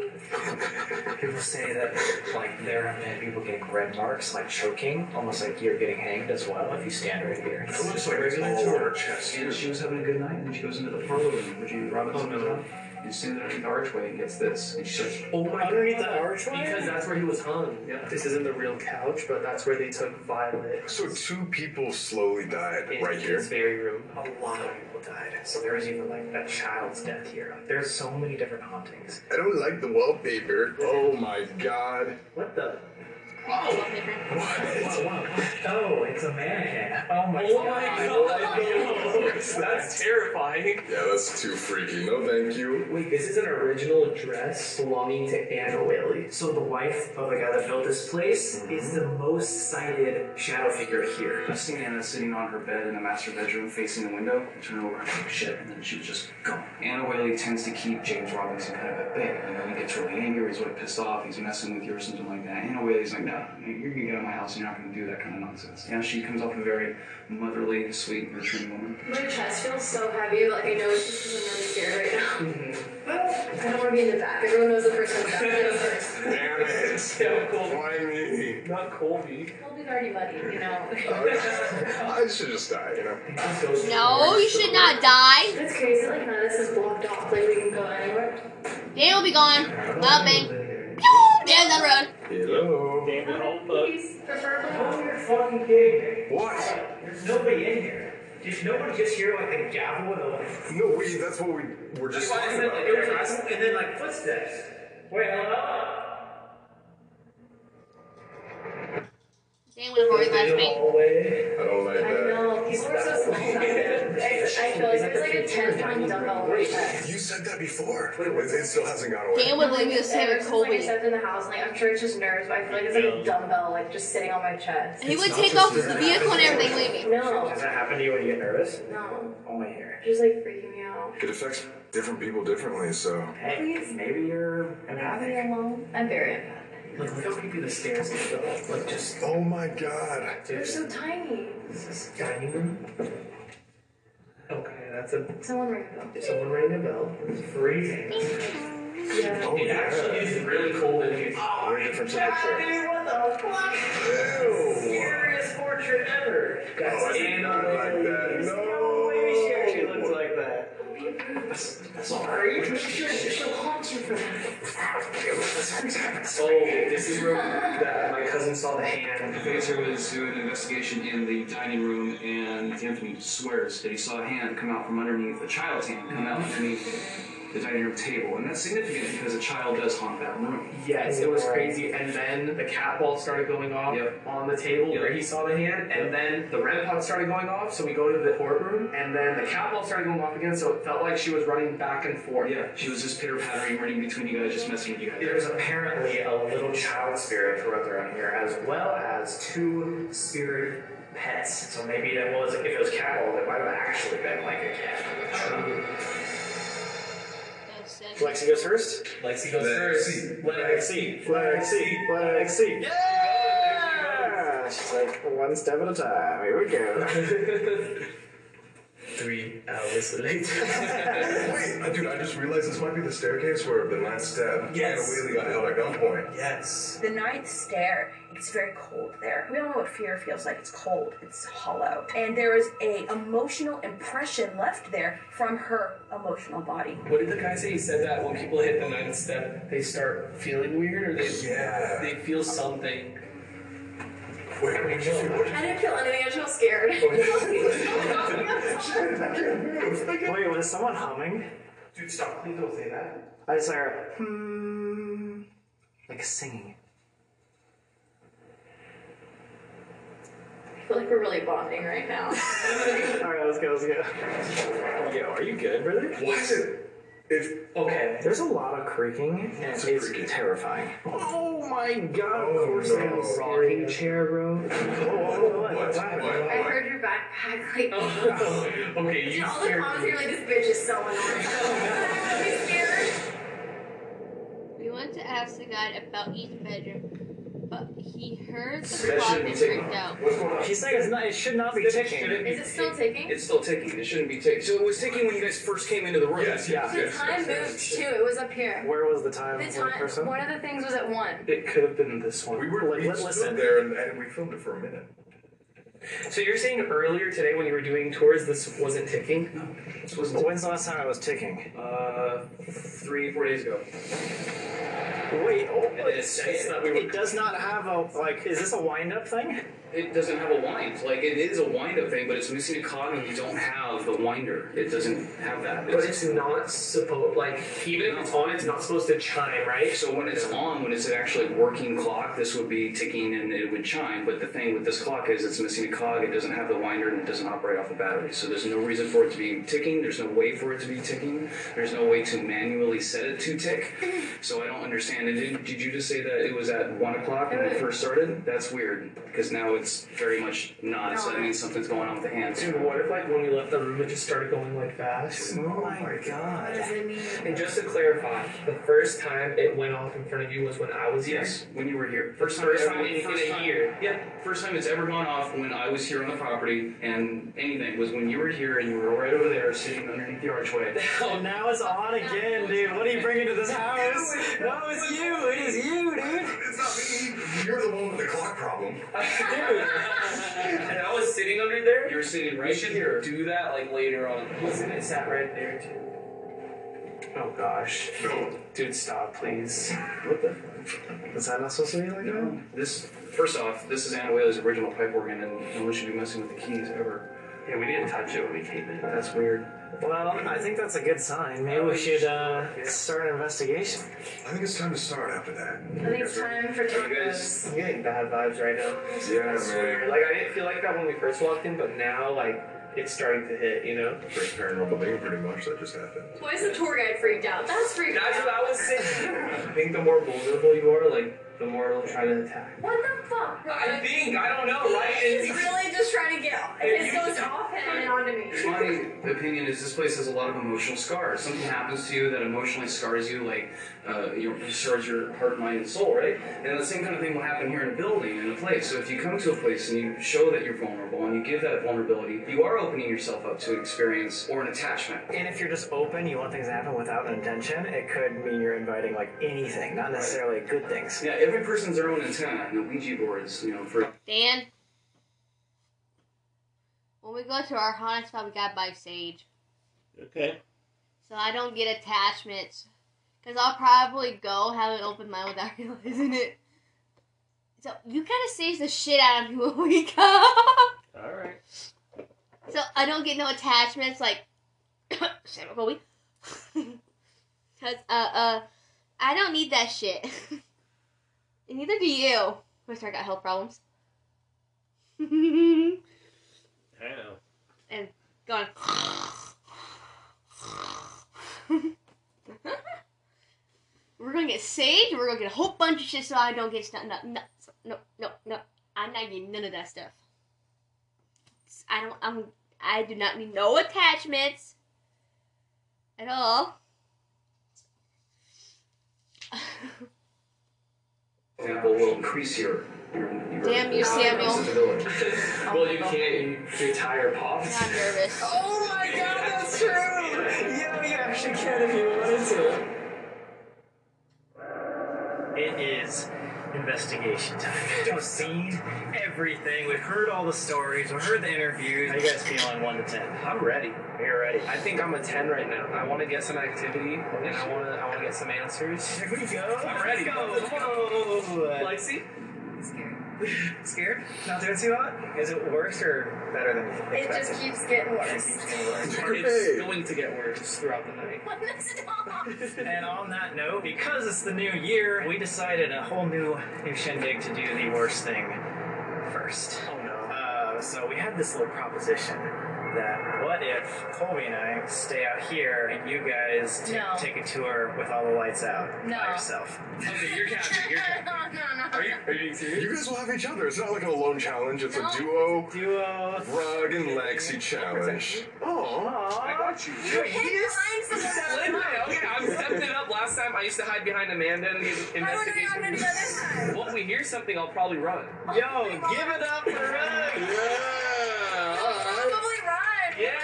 [SPEAKER 2] People say that like there have been people getting red marks, like choking, almost like you're getting hanged as well if you stand right here.
[SPEAKER 4] It looks like it's all on her chest.
[SPEAKER 17] And she was having a good night, and she goes into the parlor room where Jamie Robinson
[SPEAKER 4] Oh,
[SPEAKER 17] was up. And standing underneath the archway and gets this. And she's like,
[SPEAKER 6] Oh my
[SPEAKER 17] Underneath
[SPEAKER 6] god.
[SPEAKER 17] the archway?
[SPEAKER 6] Because that's where he was hung.
[SPEAKER 17] Yeah.
[SPEAKER 6] This isn't the real couch, but that's where they took Violet.
[SPEAKER 4] So two people slowly died
[SPEAKER 6] in
[SPEAKER 4] right here.
[SPEAKER 6] His very room.
[SPEAKER 2] A lot of people died. So there was even like a child's death here. Like, there's so many different hauntings.
[SPEAKER 4] I don't like the wallpaper. Oh my god.
[SPEAKER 2] What the?
[SPEAKER 4] What?
[SPEAKER 2] Oh, it's a mannequin. Oh my
[SPEAKER 6] Oh
[SPEAKER 2] god.
[SPEAKER 6] my god. That's terrifying.
[SPEAKER 4] Yeah, that's too freaky. No, thank you.
[SPEAKER 2] Wait, this is an original dress belonging to Anna Whaley. So the wife of the guy that built this place is the most cited shadow figure here.
[SPEAKER 17] I've seen Anna sitting on her bed in the master bedroom facing the window. I turned over and I'm like, shit, and then she was just gone. Anna Whaley tends to keep James Robinson kind of at bay. You know, he gets really angry, he's really pissed off, he's messing with you or something like that. Anna Whaley's like, no, you're gonna get out of my house, you're not gonna do that kind of nonsense. Yeah, she comes off a very motherly, sweet, nurturing woman.
[SPEAKER 5] My chest feels so heavy, but like I know it's just because I'm really scared right now. I don't want to be in the back. Everyone knows the person in the back. I'm first.
[SPEAKER 4] Damn it.
[SPEAKER 6] Yeah, Colby.
[SPEAKER 4] Why me?
[SPEAKER 6] Not Colby.
[SPEAKER 5] Colby's already muddy, you know.
[SPEAKER 4] I should just die, you know?
[SPEAKER 1] No, you should not die.
[SPEAKER 5] It's crazy, like now this is blocked off, like we can go anywhere.
[SPEAKER 1] Dan will be gone. Loud bang. Pew! Dan's on the road.
[SPEAKER 4] Hello.
[SPEAKER 8] Damn it, all but
[SPEAKER 2] Hold your fucking gig.
[SPEAKER 4] What?
[SPEAKER 2] There's nobody in here. Did nobody just hear like the gavel and the like,
[SPEAKER 4] No, we, that's what we were just talking about.
[SPEAKER 2] and then like footsteps. Wait, hello?
[SPEAKER 1] Dan would have already left me.
[SPEAKER 2] Hallway.
[SPEAKER 4] I don't like
[SPEAKER 5] I
[SPEAKER 4] that.
[SPEAKER 5] know, people are so small. I, I feel like there's like a 10 pound dumbbell weight.
[SPEAKER 4] You said that before. It, it still hasn't gone away.
[SPEAKER 1] Dan would leave me the same
[SPEAKER 5] Ever
[SPEAKER 1] with
[SPEAKER 5] since, like, I
[SPEAKER 1] Colby.
[SPEAKER 5] stepped in the house, like I'm sure it's just nerves, but I feel like it's like a dumbbell, like just sitting on my chest.
[SPEAKER 1] He would take off the vehicle and everything, leave me.
[SPEAKER 5] No,
[SPEAKER 2] Does that happen to you when you get nervous? Oh,
[SPEAKER 5] no,
[SPEAKER 2] Only here.
[SPEAKER 5] It's just like freaking me out.
[SPEAKER 4] It affects different people differently, so.
[SPEAKER 2] Hey, maybe you're empathic.
[SPEAKER 5] alone. I'm very empathic.
[SPEAKER 2] Look, look how creepy the stairs look. Like just
[SPEAKER 4] Oh my god.
[SPEAKER 5] They're so tiny.
[SPEAKER 2] is this dining room.
[SPEAKER 6] Okay, that's a.
[SPEAKER 5] Someone ring a bell.
[SPEAKER 2] Someone rang a bell. It's freezing.
[SPEAKER 5] Yeah.
[SPEAKER 4] Oh
[SPEAKER 2] It actually
[SPEAKER 4] yeah.
[SPEAKER 2] is really cold in here. Oh,
[SPEAKER 4] We're a different temperature.
[SPEAKER 2] dude, what the fuck?
[SPEAKER 4] Ew.
[SPEAKER 2] Scariest torture ever. That's
[SPEAKER 4] Oh, I did
[SPEAKER 2] Anna
[SPEAKER 4] not like
[SPEAKER 2] Whaley.
[SPEAKER 4] that.
[SPEAKER 2] There's
[SPEAKER 4] No.
[SPEAKER 2] way she actually looks like that. That's, that's all right.
[SPEAKER 6] Oh, this is where that my cousin saw the hand.
[SPEAKER 17] Phaser was doing an investigation in the dining room, and Anthony swears that he saw a hand come out from underneath a child's hand come out underneath the dining room table, and that's significant because a child does haunt that room.
[SPEAKER 6] Yes, it was crazy. And then the cat ball started going off
[SPEAKER 17] Yep.
[SPEAKER 6] on the table
[SPEAKER 17] Yep.
[SPEAKER 6] where he saw the hand. And then the REM pod started going off. So we go to the courtroom. And then the cat ball started going off again. So it felt like she was running back and forth.
[SPEAKER 17] Yeah, she was just pitter pattering, running between you guys, just messing with you guys.
[SPEAKER 2] There's apparently a little child spirit thrown around here, as well as two spirit pets. So maybe that was, if it was Catwall, it might have actually been like a cat.
[SPEAKER 24] Lexi goes first.
[SPEAKER 2] Lexi goes
[SPEAKER 4] Let
[SPEAKER 2] first.
[SPEAKER 4] see.
[SPEAKER 2] Let Lexi.
[SPEAKER 24] Lexi, Lexi. Yeah! She's like, one step at a time. Here we go.
[SPEAKER 2] Three hours later.
[SPEAKER 4] Wait, uh, dude, I just realized this might be the staircase where the ninth step.
[SPEAKER 2] Yes.
[SPEAKER 4] Anna Whaley got held at gunpoint.
[SPEAKER 2] yes.
[SPEAKER 25] The ninth stair, it's very cold there. We all know what fear feels like. It's cold, it's hollow. And there is a emotional impression left there from her emotional body.
[SPEAKER 26] What did the guy say? He said that when people hit the ninth step, they start feeling weird, or they
[SPEAKER 4] Yeah.
[SPEAKER 26] they feel something.
[SPEAKER 4] Wait, what did you do? What did
[SPEAKER 5] I didn't feel anything. I just feel scared.
[SPEAKER 24] Wait, was someone humming?
[SPEAKER 6] Dude, stop. Please don't say that.
[SPEAKER 24] I just heard, a hmm. Like singing.
[SPEAKER 5] I feel like we're really bonding right now.
[SPEAKER 24] Alright, let's go, let's go. Yo, are you good, brother?
[SPEAKER 4] you- Why is it? If
[SPEAKER 17] okay,
[SPEAKER 2] There's a lot of creaking, and it's, terrifying. Oh my god, of course they have a rocking chair, bro.
[SPEAKER 5] I heard your backpack like.
[SPEAKER 6] okay,
[SPEAKER 5] you all the comments here like this bitch is so annoying.
[SPEAKER 1] We went to ask the guide about each bedroom, but he heard the
[SPEAKER 17] That
[SPEAKER 1] clock
[SPEAKER 17] shouldn't be
[SPEAKER 1] and
[SPEAKER 17] ticking.
[SPEAKER 1] freaked out.
[SPEAKER 17] What's going on?
[SPEAKER 2] He's like, it's not, it should not be
[SPEAKER 17] Should
[SPEAKER 2] ticking.
[SPEAKER 17] it be-
[SPEAKER 5] Is it still ticking?
[SPEAKER 17] It's still ticking. It shouldn't be ticking. So it was ticking when you guys first came into the room.
[SPEAKER 2] Yes, yes,
[SPEAKER 5] The time moved too. It was up here.
[SPEAKER 2] Where was the time
[SPEAKER 5] The
[SPEAKER 2] for the
[SPEAKER 5] time.
[SPEAKER 2] person?
[SPEAKER 5] One of the things was at one.
[SPEAKER 17] It could have been this one.
[SPEAKER 4] We were
[SPEAKER 2] Let-
[SPEAKER 4] we
[SPEAKER 2] let-
[SPEAKER 4] stood
[SPEAKER 2] listen.
[SPEAKER 4] there and, and we filmed it for a minute.
[SPEAKER 6] So you're saying earlier today when you were doing tours, this wasn't ticking? No. This wasn't
[SPEAKER 2] When's the last time I was ticking?
[SPEAKER 6] Uh, three, four days ago.
[SPEAKER 2] Wait, oh,
[SPEAKER 6] And it says that we were-
[SPEAKER 2] it does not have a, like, is this a wind up thing?
[SPEAKER 17] It doesn't have a wind. Like it is a wind up thing, but it's missing a cog and you don't have the winder. It doesn't have that.
[SPEAKER 27] But it's not supposed like even if it's on, it's not supposed to chime, right?
[SPEAKER 17] So when it's on, when it's an actually working clock, this would be ticking and it would chime. But the thing with this clock is it's missing a cog, it doesn't have the winder, and it doesn't operate off a battery. So there's no reason for it to be ticking, there's no way for it to be ticking, there's no way to manually set it to tick. So I don't understand. And did, did you just say that it was at 1 o'clock when it first started? That's weird, because now it's very much not. So that means something's going on with the hands.
[SPEAKER 27] Dude, what if like when we left the room, it just started going like fast?
[SPEAKER 2] Oh my god.
[SPEAKER 27] And just to clarify, the first time it went off in front of you was when I was
[SPEAKER 17] Yes, when you were here. First time,
[SPEAKER 27] First
[SPEAKER 17] ever-
[SPEAKER 27] time in-
[SPEAKER 17] first
[SPEAKER 27] in a
[SPEAKER 17] time-
[SPEAKER 27] year.
[SPEAKER 17] Yeah, first time it's ever gone off when I was here on the property and anything was when you were here and you were right over there sitting underneath the archway.
[SPEAKER 2] Oh, now it's on again, dude. What are you bringing to this house? No, it's you. It is you, dude.
[SPEAKER 4] It's not me. You're the one with the clock problem.
[SPEAKER 27] here. and I was sitting under there.
[SPEAKER 17] You were sitting
[SPEAKER 27] You
[SPEAKER 17] right
[SPEAKER 27] should
[SPEAKER 17] here. Do that like later on.
[SPEAKER 27] Listen, it sat right there too. Oh gosh. Dude, stop, please.
[SPEAKER 2] What the? Is that not supposed to be like that?
[SPEAKER 17] This first off, this is Anna Whaley's original pipe organ and no one should be messing with the keys ever.
[SPEAKER 27] Yeah, we didn't touch it when we came in.
[SPEAKER 17] That's weird.
[SPEAKER 2] Well, I think that's a good sign. Maybe we should uh, start an investigation.
[SPEAKER 4] I think it's time to start after that.
[SPEAKER 5] I think it's time for tacos.
[SPEAKER 27] I'm getting bad vibes right now.
[SPEAKER 4] Yeah,
[SPEAKER 27] I swear.
[SPEAKER 4] man.
[SPEAKER 27] Like I didn't feel like that when we first walked in, but now like it's starting to hit, you know?
[SPEAKER 4] First paranormal thing, pretty much, that just happened.
[SPEAKER 5] Why is the tour guide freaked out? That's freaked
[SPEAKER 27] That's
[SPEAKER 5] out.
[SPEAKER 27] what I was saying. I think the more vulnerable you are, like the more it'll try to attack.
[SPEAKER 5] What the fuck?
[SPEAKER 27] I think I don't know,
[SPEAKER 5] He
[SPEAKER 27] right?
[SPEAKER 5] is really just trying to get. It goes off him and onto me.
[SPEAKER 17] My opinion is this place has a lot of emotional scars. Something happens to you that emotionally scars you, like uh, you know, scars your heart, mind, and soul, right? And the same kind of thing will happen here in a building, in a place. So if you come to a place and you show that you're vulnerable and you give that vulnerability, you are opening yourself up to an experience or an attachment.
[SPEAKER 2] And if you're just open, you want things to happen without an intention, it could mean you're inviting like anything, not necessarily good things.
[SPEAKER 17] Yeah, every person's their own antenna, and the Ouija boards, you know, for
[SPEAKER 1] Dan, when we go to our haunted spot, we got by Sage,
[SPEAKER 8] Okay.
[SPEAKER 1] so I don't get attachments. Cause I'll probably go have an open mind without realizing it. So you gotta sage the shit out of me when we go.
[SPEAKER 8] All right.
[SPEAKER 1] So I don't get no attachments like shit, but we cuz uh uh I don't need that shit. and neither do you. Which I got health problems. and
[SPEAKER 8] I know.
[SPEAKER 1] gone. we're gonna get sage. We're gonna get a whole bunch of shit so I don't get no no no no no. I'm not getting none of that stuff. I don't. I'm. I do not need no attachments at all.
[SPEAKER 17] example will increase your. your, your
[SPEAKER 1] Damn you, Samuel.
[SPEAKER 17] sensibility.
[SPEAKER 27] well, you can't. You, your tire pops.
[SPEAKER 1] I'm nervous.
[SPEAKER 2] Oh my god, that's true! Yeah, you actually can if you wanted to. It is investigation time. We've seen everything. We've heard all the stories. We've heard the interviews. How you guys feeling? One to ten.
[SPEAKER 27] I'm ready.
[SPEAKER 2] You're ready.
[SPEAKER 27] I think I'm a ten right now. I want to get some activity, and I want to. I want to get some answers.
[SPEAKER 2] Here we go.
[SPEAKER 27] I'm ready.
[SPEAKER 2] Let's go.
[SPEAKER 27] Lexi,
[SPEAKER 2] Scared? Not doing too hot? Is it worse or better than you
[SPEAKER 5] It
[SPEAKER 2] expected?
[SPEAKER 5] just keeps getting worse.
[SPEAKER 27] it's going to get worse throughout the night.
[SPEAKER 5] What is it all?
[SPEAKER 2] And on that note, because it's the new year, we decided a whole new new shindig to do the worst thing first.
[SPEAKER 27] Oh no.
[SPEAKER 2] Uh, so we had this little proposition
[SPEAKER 28] that what if Colby and I stay out here and you guys ta-
[SPEAKER 5] No.
[SPEAKER 28] take a tour with all the lights out
[SPEAKER 5] No.
[SPEAKER 28] by yourself?
[SPEAKER 5] Okay, you're captain. You're captain. no, no, no.
[SPEAKER 4] Are you serious? You guys will have each other. It's not like an alone challenge. It's a duo.
[SPEAKER 28] Duo.
[SPEAKER 4] Rug and Lexi challenge. Oh,
[SPEAKER 29] I got you.
[SPEAKER 6] You hate
[SPEAKER 5] Find someone.
[SPEAKER 6] Okay, I stepped it up last time. I used to hide behind Amanda in the investigation.
[SPEAKER 5] I'm gonna do that this time.
[SPEAKER 6] Well, if we hear something, I'll probably run.
[SPEAKER 5] Yo, give it
[SPEAKER 6] up for Rug.
[SPEAKER 5] Probably run.
[SPEAKER 6] Yeah.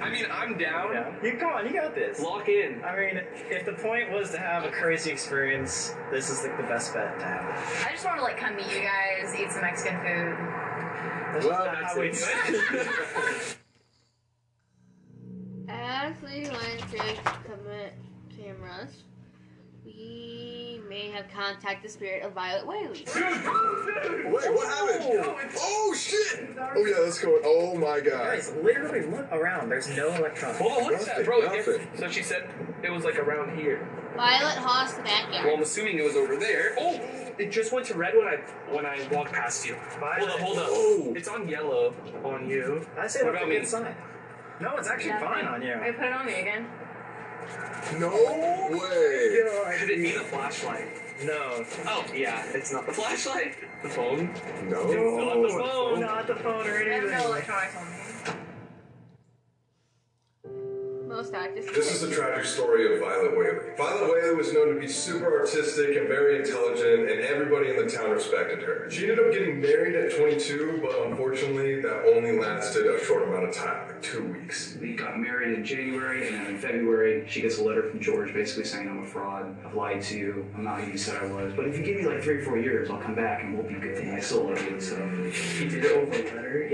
[SPEAKER 6] I mean, I'm down.
[SPEAKER 28] You come on, you got this.
[SPEAKER 6] Lock in.
[SPEAKER 28] I mean, if the point was to have a crazy experience, this is like the best bet to have.
[SPEAKER 5] I just want to like come meet you guys, eat some Mexican food.
[SPEAKER 28] That's just
[SPEAKER 4] Well,
[SPEAKER 28] not
[SPEAKER 4] that's
[SPEAKER 28] how we
[SPEAKER 4] it.
[SPEAKER 28] do it.
[SPEAKER 1] As we went to commit cameras, we may have contacted the spirit of Violet Whaley.
[SPEAKER 4] Wait, what happened? Oh shit! Oh yeah, let's go. Oh my god.
[SPEAKER 28] Guys, literally look around. There's no electronics.
[SPEAKER 6] Well, look at that,
[SPEAKER 4] Nothing,
[SPEAKER 6] bro. it
[SPEAKER 4] nothing.
[SPEAKER 6] gets- So she said it was like around here.
[SPEAKER 1] Violet Hoss the
[SPEAKER 6] Well,
[SPEAKER 1] backyard.
[SPEAKER 6] I'm assuming it was over there. Oh, it just went to red when I when I walked past you. Hold up, hold up.
[SPEAKER 4] Oh.
[SPEAKER 6] It's on yellow on you.
[SPEAKER 28] I say that's
[SPEAKER 6] What
[SPEAKER 28] a
[SPEAKER 6] about me?
[SPEAKER 28] good sign. No, it's actually
[SPEAKER 5] Nothing.
[SPEAKER 28] fine on you.
[SPEAKER 5] I put it on me again.
[SPEAKER 4] No way.
[SPEAKER 6] Could it be the flashlight?
[SPEAKER 28] No,
[SPEAKER 6] Oh yeah,
[SPEAKER 28] it's not
[SPEAKER 6] the flashlight. The phone. Not the
[SPEAKER 4] No.
[SPEAKER 6] phone.
[SPEAKER 28] Not the phone or
[SPEAKER 5] I have no
[SPEAKER 28] anything.
[SPEAKER 5] electronics on me.
[SPEAKER 1] Most actors.
[SPEAKER 4] This is the tragic story of Violet Whaley. Violet Whaley was known to be super artistic and very intelligent, and everybody in the town respected her. She ended up getting married at 22, but unfortunately, that only lasted a short amount of time like two weeks.
[SPEAKER 17] We got married in January, and then in February, she gets a letter from George basically saying, I'm a fraud, I've lied to you, I'm not who you said I was. But if you give me like three or four years, I'll come back and we'll be good. And I still love you, so.
[SPEAKER 29] He did it over a letter.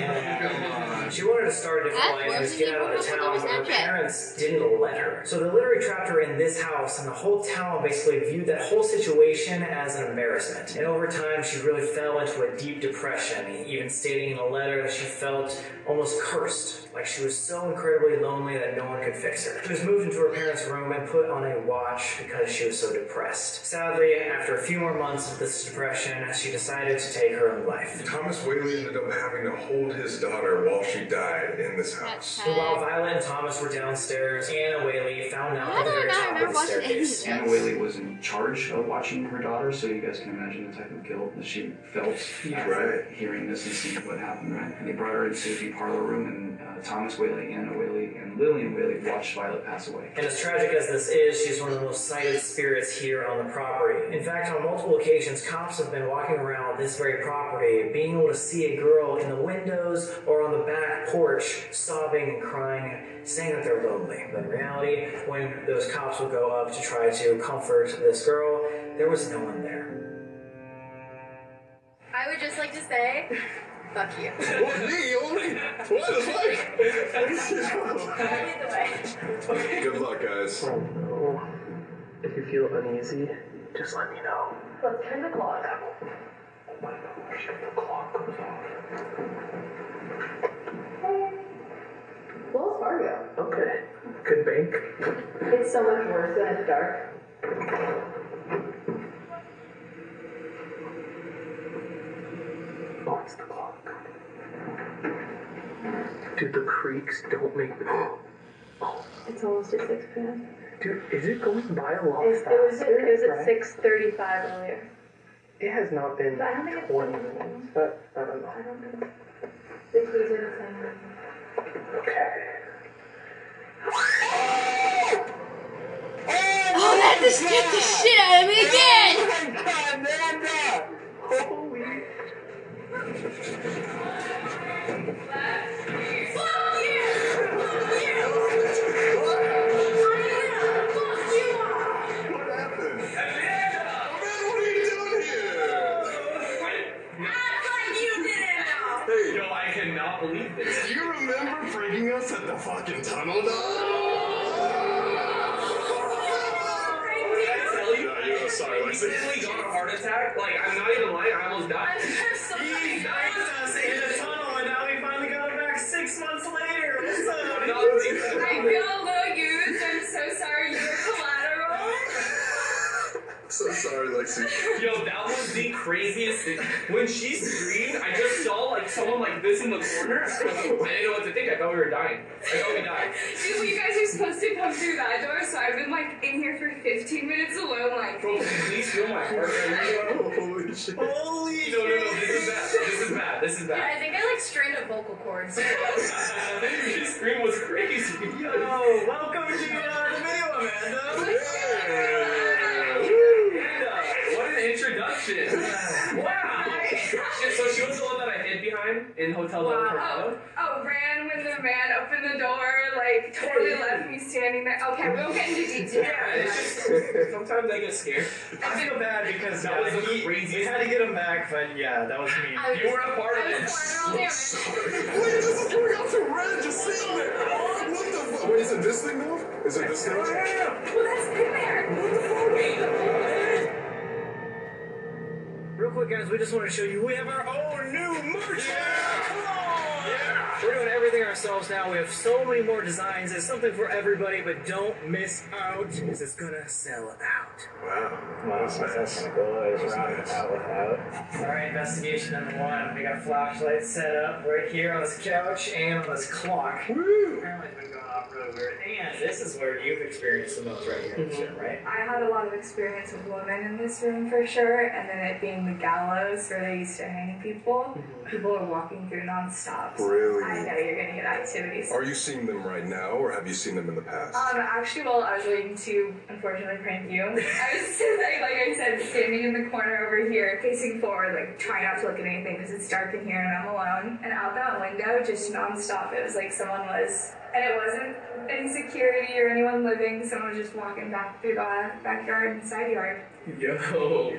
[SPEAKER 17] Yeah.
[SPEAKER 2] She wanted to start a different
[SPEAKER 1] That's
[SPEAKER 2] life and just
[SPEAKER 1] what
[SPEAKER 2] get out of the
[SPEAKER 1] she
[SPEAKER 2] town,
[SPEAKER 1] was
[SPEAKER 2] but her
[SPEAKER 1] thinking.
[SPEAKER 2] parents didn't let her. So they literally trapped her in this house, and the whole town basically viewed that whole situation as an embarrassment. And over time, she really fell into a deep depression, even stating in a letter that she felt almost cursed, like she was so incredibly lonely that no one could fix her. She was moved into her parents' room and put on a watch because she was so depressed. Sadly, after a few more months of this depression, she decided to take her own life.
[SPEAKER 4] Thomas Whaley ended up having to hold his daughter while she died in this house.
[SPEAKER 1] That's
[SPEAKER 2] While Violet and Thomas were downstairs, Anna Whaley found out
[SPEAKER 1] Why do
[SPEAKER 2] that
[SPEAKER 1] I
[SPEAKER 2] they were
[SPEAKER 1] not
[SPEAKER 2] top of
[SPEAKER 1] remember
[SPEAKER 2] the
[SPEAKER 1] watching any of
[SPEAKER 2] staircase.
[SPEAKER 1] this?
[SPEAKER 17] Anna Whaley was in charge of watching her daughter, so you guys can imagine the type of guilt that she felt after
[SPEAKER 4] Right.
[SPEAKER 17] hearing this and seeing what happened, right? And they brought her into the parlor room, and uh, Thomas Whaley, Anna Whaley, and Lillian Whaley watched Violet pass away.
[SPEAKER 2] And as tragic as this is, she's one of the most cited spirits here on the property. In fact, on multiple occasions, cops have been walking around this very property, being able to see a girl in the windows or on the back porch sobbing and crying, saying that they're lonely. But in reality, when those cops would go up to try to comfort this girl, there was no one there.
[SPEAKER 5] I would just like to say, fuck you.
[SPEAKER 4] What, me? Only? What? It's like-
[SPEAKER 5] I made the way.
[SPEAKER 4] Good luck, guys.
[SPEAKER 29] If you feel uneasy, just let me know.
[SPEAKER 5] Let's turn the
[SPEAKER 29] Oh
[SPEAKER 5] clock. Wells Fargo.
[SPEAKER 29] Okay. Good bank.
[SPEAKER 5] It's so much worse than it's dark.
[SPEAKER 29] Oh, it's the clock. Dude, the creaks don't make. Oh.
[SPEAKER 30] It's almost at 6 p.m.
[SPEAKER 29] Dude, is it going by a lot
[SPEAKER 30] It was, it was,
[SPEAKER 29] faster?
[SPEAKER 30] it was
[SPEAKER 29] right?
[SPEAKER 30] at 6.35 earlier.
[SPEAKER 29] It has not been
[SPEAKER 30] But I don't think it's
[SPEAKER 29] 20
[SPEAKER 30] been-
[SPEAKER 29] minutes, but I don't know.
[SPEAKER 30] I don't know. The keys are the same.
[SPEAKER 29] Okay.
[SPEAKER 1] Oh, that just scared the shit out of me
[SPEAKER 29] Holy
[SPEAKER 1] again!
[SPEAKER 4] What happened? Oh, man, what are you doing here? Hey.
[SPEAKER 6] Yo, I cannot believe this.
[SPEAKER 4] Do you remember freaking us at the fucking tunnel, dog?
[SPEAKER 6] Can I tell you?
[SPEAKER 4] No, you- I'm sorry,
[SPEAKER 6] I
[SPEAKER 4] Lexi.
[SPEAKER 6] literally got a heart attack. Like, I'm not even lying. I almost died.
[SPEAKER 28] He pranked us in the tunnel, and now we finally got him back six months later. What's up?
[SPEAKER 6] Not thinking.
[SPEAKER 5] I feel low used. I'm so sorry you were collateral.
[SPEAKER 4] So sorry, Lexi.
[SPEAKER 6] Yo, that was the craziest thing. When she screamed, I just saw like someone like this in the corner. I didn't know what to think. I thought we were dying. I thought we died.
[SPEAKER 3] Dude, well, you guys are supposed to come through that door, so I've been like in here for 15 minutes alone, like.
[SPEAKER 6] Bro, please feel my heart right now. Holy shit. Holy no, no, no, this is bad. This is bad. This is
[SPEAKER 5] Yeah, I
[SPEAKER 6] bad.
[SPEAKER 5] think I like strained up vocal cords.
[SPEAKER 6] Your scream was crazy. Yo, welcome to uh, the video, Amanda. Amanda, what an introduction. Wow. Shit, so she was the one that I hid behind in Hotel Del Coronado.
[SPEAKER 3] Oh, ran when the man opened the door, like totally left me standing there. Okay, we won't get into detail.
[SPEAKER 6] Yeah, it's just sometimes I get scared.
[SPEAKER 2] I feel bad because yeah, he, we had to get him back, but yeah, that was me.
[SPEAKER 6] You were a part of it.
[SPEAKER 4] Wait, is it this thing now? Is it this now?
[SPEAKER 2] Real quick, guys, we just want to show you we have our own new merch. Come on! We're doing everything ourselves now. We have so many more designs. It's something for everybody, but don't miss out. This is gonna sell out.
[SPEAKER 4] Wow.
[SPEAKER 2] Wow, that's gonna go is round out without. All right, investigation number one. We got flashlights set up right here on this couch and on this clock. Woo! Apparently, it's been going off really weird. And this is where you've experienced the most right here, in the gym, right?
[SPEAKER 13] I had a lot of experience with women in this room for sure, and then it being the gallows where they used to hang people.
[SPEAKER 6] Mm-hmm.
[SPEAKER 13] People are walking through nonstop. so
[SPEAKER 4] Really?
[SPEAKER 13] I know you're gonna get activities.
[SPEAKER 4] Are you seeing them right now, or have you seen them in the past?
[SPEAKER 13] Um, actually, while I was waiting to unfortunately prank you, I was like, like I said, standing in the corner over here, facing forward, like trying not to look at anything because it's dark in here and I'm alone. And out that window, just nonstop, it was like someone was, and it wasn't any security or anyone living. Someone was just walking back through the backyard and side yard.
[SPEAKER 6] Yo.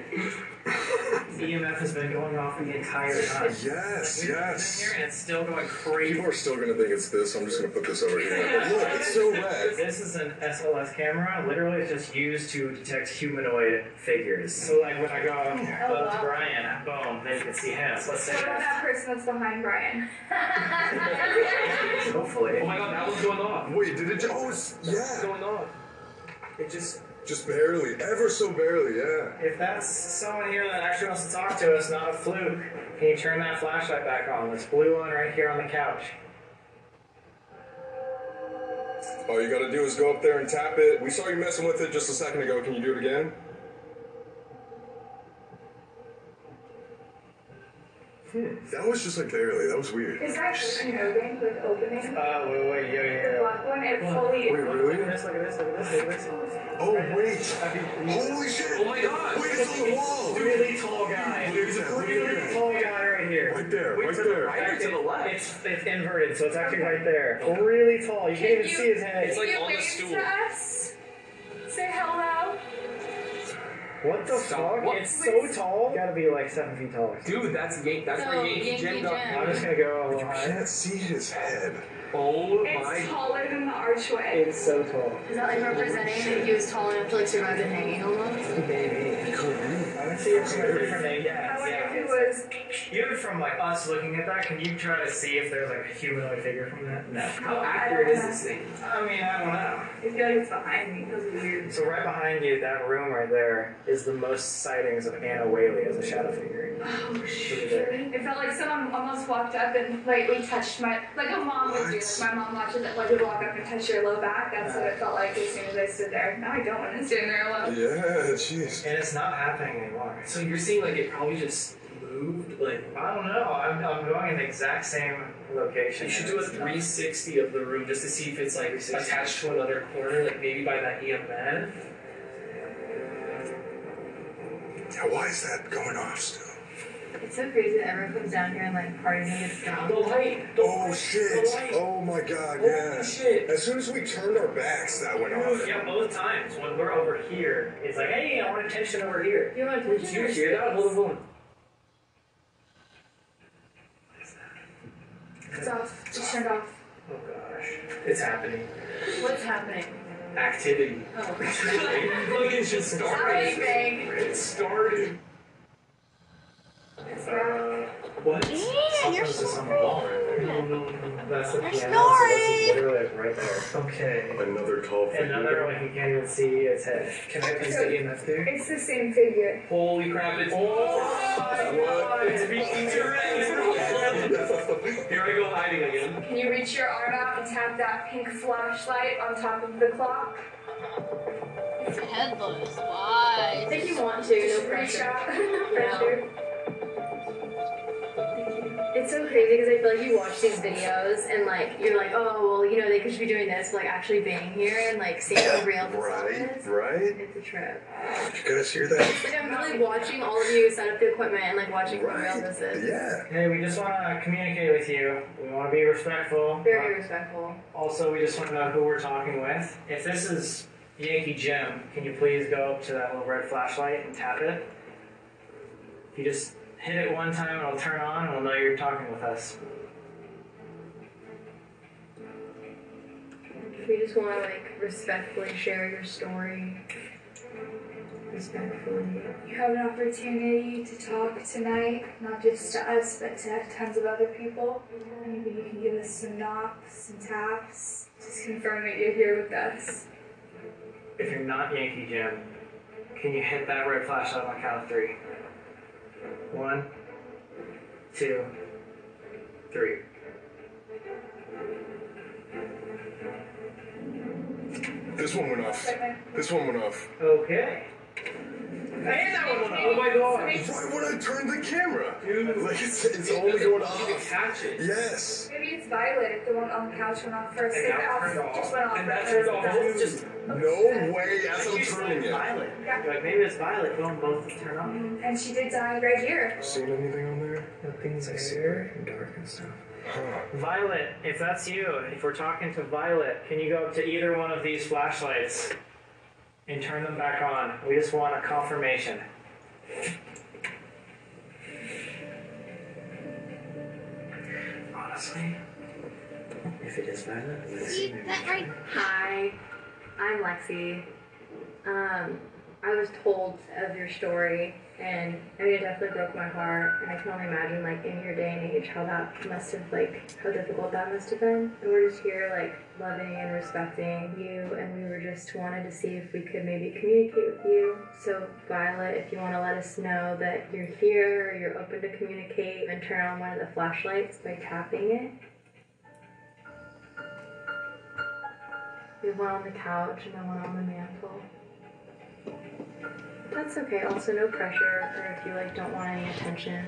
[SPEAKER 2] EMF E has been going off the entire time.
[SPEAKER 4] Yes, yes.
[SPEAKER 2] And it's still going crazy.
[SPEAKER 4] People are still gonna think it's this. I'm just gonna put this over here. Look, it's so red.
[SPEAKER 2] This is an SLS camera. Literally, it's just used to detect humanoid figures. So, like when I go up to Brian, boom, then you can see him. Let's say
[SPEAKER 13] What about
[SPEAKER 2] that.
[SPEAKER 13] that person that's behind Brian?
[SPEAKER 2] Hopefully.
[SPEAKER 6] Oh my god, that was going off.
[SPEAKER 4] Wait, did it? ju- Oh, it's
[SPEAKER 6] What's
[SPEAKER 4] yeah.
[SPEAKER 6] going on? It just.
[SPEAKER 4] Just barely, ever so barely. Yeah.
[SPEAKER 2] If that's someone here that actually wants to talk to us, not a fluke, can you turn that flashlight back on? This blue one right here on the couch.
[SPEAKER 4] All you gotta do is go up there and tap it. We saw you messing with it just a second ago. Can you do it again? Hmm. That was just like barely. That was weird.
[SPEAKER 13] Is that person open, like opening?
[SPEAKER 2] Uh, wait, wait, yo,
[SPEAKER 13] The
[SPEAKER 2] yo, yo.
[SPEAKER 13] black one, it fully.
[SPEAKER 4] Wait, really?
[SPEAKER 2] Look at this, look at this, look at this, look at this.
[SPEAKER 4] Oh wait! Holy shit!
[SPEAKER 6] Oh my god.
[SPEAKER 4] Wait, it's on the wall.
[SPEAKER 2] Really tall guy.
[SPEAKER 4] Look at that. Look at
[SPEAKER 2] Really
[SPEAKER 4] that.
[SPEAKER 2] tall guy right here.
[SPEAKER 4] Right there.
[SPEAKER 6] Wait
[SPEAKER 4] Right
[SPEAKER 6] to the
[SPEAKER 4] there.
[SPEAKER 6] right or to the left?
[SPEAKER 2] It's, it's inverted, so it's actually right there. Really tall. You can't even see his head.
[SPEAKER 6] It's like
[SPEAKER 13] you
[SPEAKER 6] on the
[SPEAKER 13] wave
[SPEAKER 6] stool. Oh
[SPEAKER 13] to us? Say hello.
[SPEAKER 2] What the
[SPEAKER 6] Stop.
[SPEAKER 2] fuck?
[SPEAKER 6] What?
[SPEAKER 2] It's so tall. You gotta be like seven feet tall.
[SPEAKER 6] Dude, that's Yankee. That's
[SPEAKER 5] No,
[SPEAKER 6] where Yankee
[SPEAKER 5] Yankee
[SPEAKER 6] Jim got.
[SPEAKER 5] Jim.
[SPEAKER 2] I'm just gonna go a little
[SPEAKER 4] I
[SPEAKER 2] high.
[SPEAKER 4] can't see his head.
[SPEAKER 6] Oh
[SPEAKER 13] It's
[SPEAKER 6] my.
[SPEAKER 13] taller than the archway.
[SPEAKER 2] It's so tall.
[SPEAKER 5] Is that like representing that he was tall enough to like survive the hanging almost?
[SPEAKER 2] Baby. I would say it's from a different angle.
[SPEAKER 13] I
[SPEAKER 2] Yeah,
[SPEAKER 13] wonder
[SPEAKER 2] yeah.
[SPEAKER 13] if it was.
[SPEAKER 2] Even from like us looking at that, can you try to see if there's like a humanoid figure from that? No.
[SPEAKER 6] How accurate is this thing?
[SPEAKER 2] I mean, I don't know.
[SPEAKER 13] I feel like it's behind me. It was weird.
[SPEAKER 2] So right behind you, that room right there, is the most sightings of Anna Whaley as a shadow figure.
[SPEAKER 13] Oh
[SPEAKER 2] Through
[SPEAKER 13] shoot.
[SPEAKER 2] there.
[SPEAKER 13] It felt like someone almost walked up and lightly touched my, like a mom would do.
[SPEAKER 4] What?
[SPEAKER 13] Like my mom watches it, like would walk up and touch your low back. That's what it felt like as soon as I stood there. Now I don't want to stand there alone.
[SPEAKER 4] Yeah, jeez.
[SPEAKER 2] And it's not happening anymore.
[SPEAKER 6] So you're seeing like it probably just moved. Like
[SPEAKER 2] I don't know. I'm, I'm going in the exact same location.
[SPEAKER 6] you should do a 360 of the room just to see if it's like
[SPEAKER 2] 360.
[SPEAKER 6] attached to another corner, like maybe by that E EMF.
[SPEAKER 4] Yeah, why is that going off still?
[SPEAKER 13] It's so crazy that everyone comes down here and like parties and gets
[SPEAKER 6] The light. The
[SPEAKER 4] Oh
[SPEAKER 6] light,
[SPEAKER 4] shit!
[SPEAKER 6] The light.
[SPEAKER 4] Oh my god,
[SPEAKER 6] Holy
[SPEAKER 4] yeah.
[SPEAKER 6] shit.
[SPEAKER 4] As soon as we turned our backs, that went off.
[SPEAKER 2] Yeah, both times. When we're over here, it's like, hey, I want attention over here.
[SPEAKER 6] You know, did you hear that? Hold on, hold on.
[SPEAKER 13] It's off. Just turned off.
[SPEAKER 6] Oh gosh, it's happening.
[SPEAKER 5] What's happening?
[SPEAKER 6] Activity.
[SPEAKER 5] Oh.
[SPEAKER 6] like it's just started.
[SPEAKER 13] Bang.
[SPEAKER 6] It started.
[SPEAKER 13] It's back.
[SPEAKER 6] What?
[SPEAKER 1] Yeah, you're so
[SPEAKER 2] on the wall right there.
[SPEAKER 27] That's the piano.
[SPEAKER 4] You're
[SPEAKER 27] This is literally like, right there. Okay.
[SPEAKER 4] Another tall figure.
[SPEAKER 27] Another one. You can't even see its head. Can I please get you enough there?
[SPEAKER 3] It's the same figure.
[SPEAKER 27] Holy crap! It's
[SPEAKER 4] What?
[SPEAKER 27] It's beating Tourette's. Here I go hiding again.
[SPEAKER 3] Can you reach your arm out and tap that pink flashlight on top of the clock?
[SPEAKER 1] It's headless. Why?
[SPEAKER 5] If you want to, no
[SPEAKER 3] Just reach
[SPEAKER 5] pressure.
[SPEAKER 3] out.
[SPEAKER 5] No. It's so crazy because I feel like you watch these videos and like you're like, oh well, you know they could be doing this, but like actually being here and like seeing how real this
[SPEAKER 4] Right,
[SPEAKER 5] is.
[SPEAKER 4] right.
[SPEAKER 5] It's a trip.
[SPEAKER 4] Did you guys hear that?
[SPEAKER 5] Like I'm really watching all of you set up the equipment and like watching how real this is.
[SPEAKER 4] Yeah.
[SPEAKER 2] Hey, we just want to communicate with you. We want to be respectful.
[SPEAKER 5] Very respectful.
[SPEAKER 2] Also, we just want to know who we're talking with. If this is Yankee Jim, can you please go up to that little red flashlight and tap it? If you just hit it one time, it'll turn on and we'll know you're talking with us.
[SPEAKER 5] If you just want to like respectfully share your story, respectfully.
[SPEAKER 3] You have an opportunity to talk tonight, not just to us, but to tons of other people. Maybe you can give us some knocks and taps. Just confirm that you're here with us.
[SPEAKER 2] If you're not Yankee Jim, can you hit that red flashlight on the count of three? One, two, three.
[SPEAKER 4] This one went off. This one went off.
[SPEAKER 2] Okay.
[SPEAKER 27] Oh my god.
[SPEAKER 4] Why would I turn the camera? Like it's, it's
[SPEAKER 27] It
[SPEAKER 4] only
[SPEAKER 27] doesn't-
[SPEAKER 4] going
[SPEAKER 27] you
[SPEAKER 4] off.
[SPEAKER 27] can catch it.
[SPEAKER 4] Yes.
[SPEAKER 3] Maybe it's Violet, the one on the couch went off first.
[SPEAKER 27] And
[SPEAKER 3] It
[SPEAKER 27] that
[SPEAKER 3] off-
[SPEAKER 27] turned off.
[SPEAKER 3] Just went off
[SPEAKER 27] And that
[SPEAKER 3] first.
[SPEAKER 27] turned off. Both just-
[SPEAKER 4] No way. As I'm turning it.
[SPEAKER 2] Violet. You're like, maybe it's Violet. Go and both turn on.
[SPEAKER 3] And she did die right here.
[SPEAKER 4] Seen anything on there?
[SPEAKER 2] Nothing's
[SPEAKER 4] I see her in dark and stuff. Huh.
[SPEAKER 2] Violet, if that's you, if we're talking to Violet, can you go up to either one of these flashlights and turn them back on? We just want a confirmation. Honestly, if it is Violet, we'll see.
[SPEAKER 1] That right?
[SPEAKER 5] Hi, I'm Lexi. Um, I was told of your story, and I mean, it definitely broke my heart. And I can only imagine, like, in your day and age, how that must have, like, how difficult that must have been. And we're just here, like, loving and respecting you, and we were just wanted to see if we could maybe communicate with you. So, Violet, if you want to let us know that you're here, you're open to communicate, and turn on one of the flashlights by tapping it. We have one on the couch and then one on the mantle. That's okay. Also, no pressure, or if you like don't want any attention,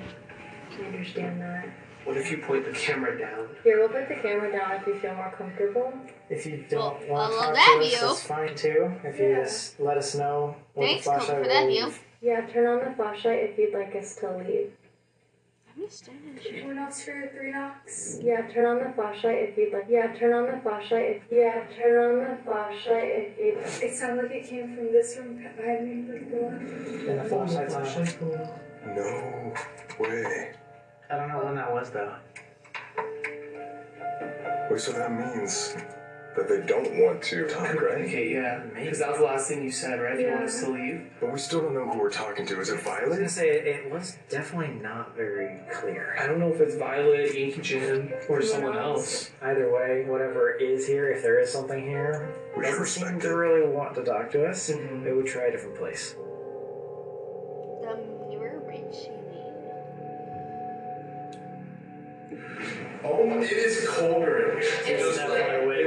[SPEAKER 5] we understand that.
[SPEAKER 27] What if you point the camera down?
[SPEAKER 5] Here, we'll put the camera down if you feel more comfortable.
[SPEAKER 2] If you don't
[SPEAKER 1] Well,
[SPEAKER 2] want to
[SPEAKER 1] I love
[SPEAKER 2] talk to
[SPEAKER 1] that
[SPEAKER 2] us,
[SPEAKER 1] view.
[SPEAKER 2] that's fine too. If you just let us know what
[SPEAKER 1] Thanks,
[SPEAKER 2] the
[SPEAKER 1] Colt,
[SPEAKER 2] flashlight
[SPEAKER 1] for that
[SPEAKER 2] will
[SPEAKER 1] view.
[SPEAKER 5] Yeah, turn on the flashlight if you'd like us to leave.
[SPEAKER 1] I'm just standing here.
[SPEAKER 3] One knocks for three knocks.
[SPEAKER 5] Yeah, turn on the flashlight if you'd like. Yeah, turn on the flashlight if. Yeah, turn on the flashlight if you'd.
[SPEAKER 3] It sounded like it came from this room behind me, like the door.
[SPEAKER 2] And the flashlight's on.
[SPEAKER 4] No way.
[SPEAKER 2] I don't know when that was though.
[SPEAKER 4] Wait, so that means that they don't want to talk, right?
[SPEAKER 27] Okay, yeah. Because that was the last thing you said, right? You want us to leave?
[SPEAKER 4] But we still don't know who we're talking to. Is it
[SPEAKER 2] I was gonna
[SPEAKER 4] Violet?
[SPEAKER 2] say it was definitely not very clear.
[SPEAKER 27] I don't know if it's Violet, Yankee Jim, or someone else.
[SPEAKER 2] Either way, whatever is here, if there is something here,
[SPEAKER 4] We should
[SPEAKER 2] doesn't seem
[SPEAKER 4] respect
[SPEAKER 2] to
[SPEAKER 4] it.
[SPEAKER 2] really want to talk to us, it would try a different place.
[SPEAKER 1] The mirror reaching
[SPEAKER 4] Oh, it is colder in here.
[SPEAKER 5] It's like
[SPEAKER 4] Am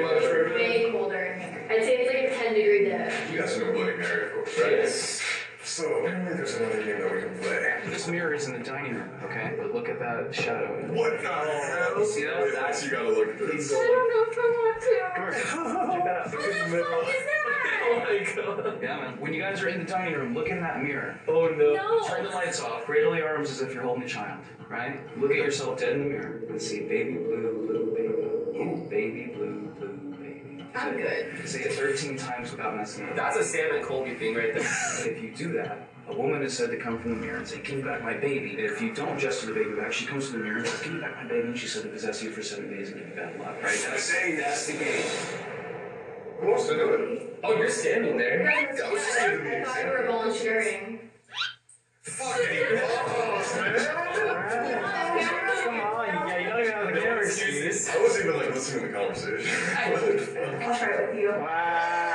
[SPEAKER 4] I tripping?
[SPEAKER 5] way colder in here. I'd say it's like a 10 degree dip.
[SPEAKER 4] You guys know Bloody Mary, of course, right? Yes. So apparently there's another game that we can play.
[SPEAKER 17] This mirror is in the dining room, okay? But look at that shadow.
[SPEAKER 4] What the
[SPEAKER 3] Oh,
[SPEAKER 4] hell?
[SPEAKER 17] See that?
[SPEAKER 4] Wait, Lex, you gotta look at this.
[SPEAKER 5] don't know if I want
[SPEAKER 27] Oh my god.
[SPEAKER 17] Yeah, man. When you guys are in the dining room, look in that mirror.
[SPEAKER 27] Oh no.
[SPEAKER 17] Turn the lights off. Cradle your arms as if you're holding a child, right? Look at yourself dead in the mirror and see baby blue, blue baby. Ooh, baby blue, blue baby.
[SPEAKER 5] I'm good.
[SPEAKER 17] Say it 13 times without messing up.
[SPEAKER 27] That's a Sam and Colby thing right there.
[SPEAKER 17] And if you do that, a woman is said to come from the mirror and say, Give me back my baby. And if you don't gesture the baby back, she comes to the mirror and says, Give me back my baby. And she's said to possess you for seven days and give you bad luck, right? That's saying that's the game.
[SPEAKER 4] Who wants to do it?
[SPEAKER 27] Oh, you're standing there.
[SPEAKER 4] That was just giving me an
[SPEAKER 5] If I were
[SPEAKER 4] example.
[SPEAKER 5] volunteering.
[SPEAKER 4] Fucking balls, man!
[SPEAKER 2] Come on, yeah, you don't even have the camera
[SPEAKER 4] excuse. I wasn't even like listening to the conversation.
[SPEAKER 3] I'll try it with you.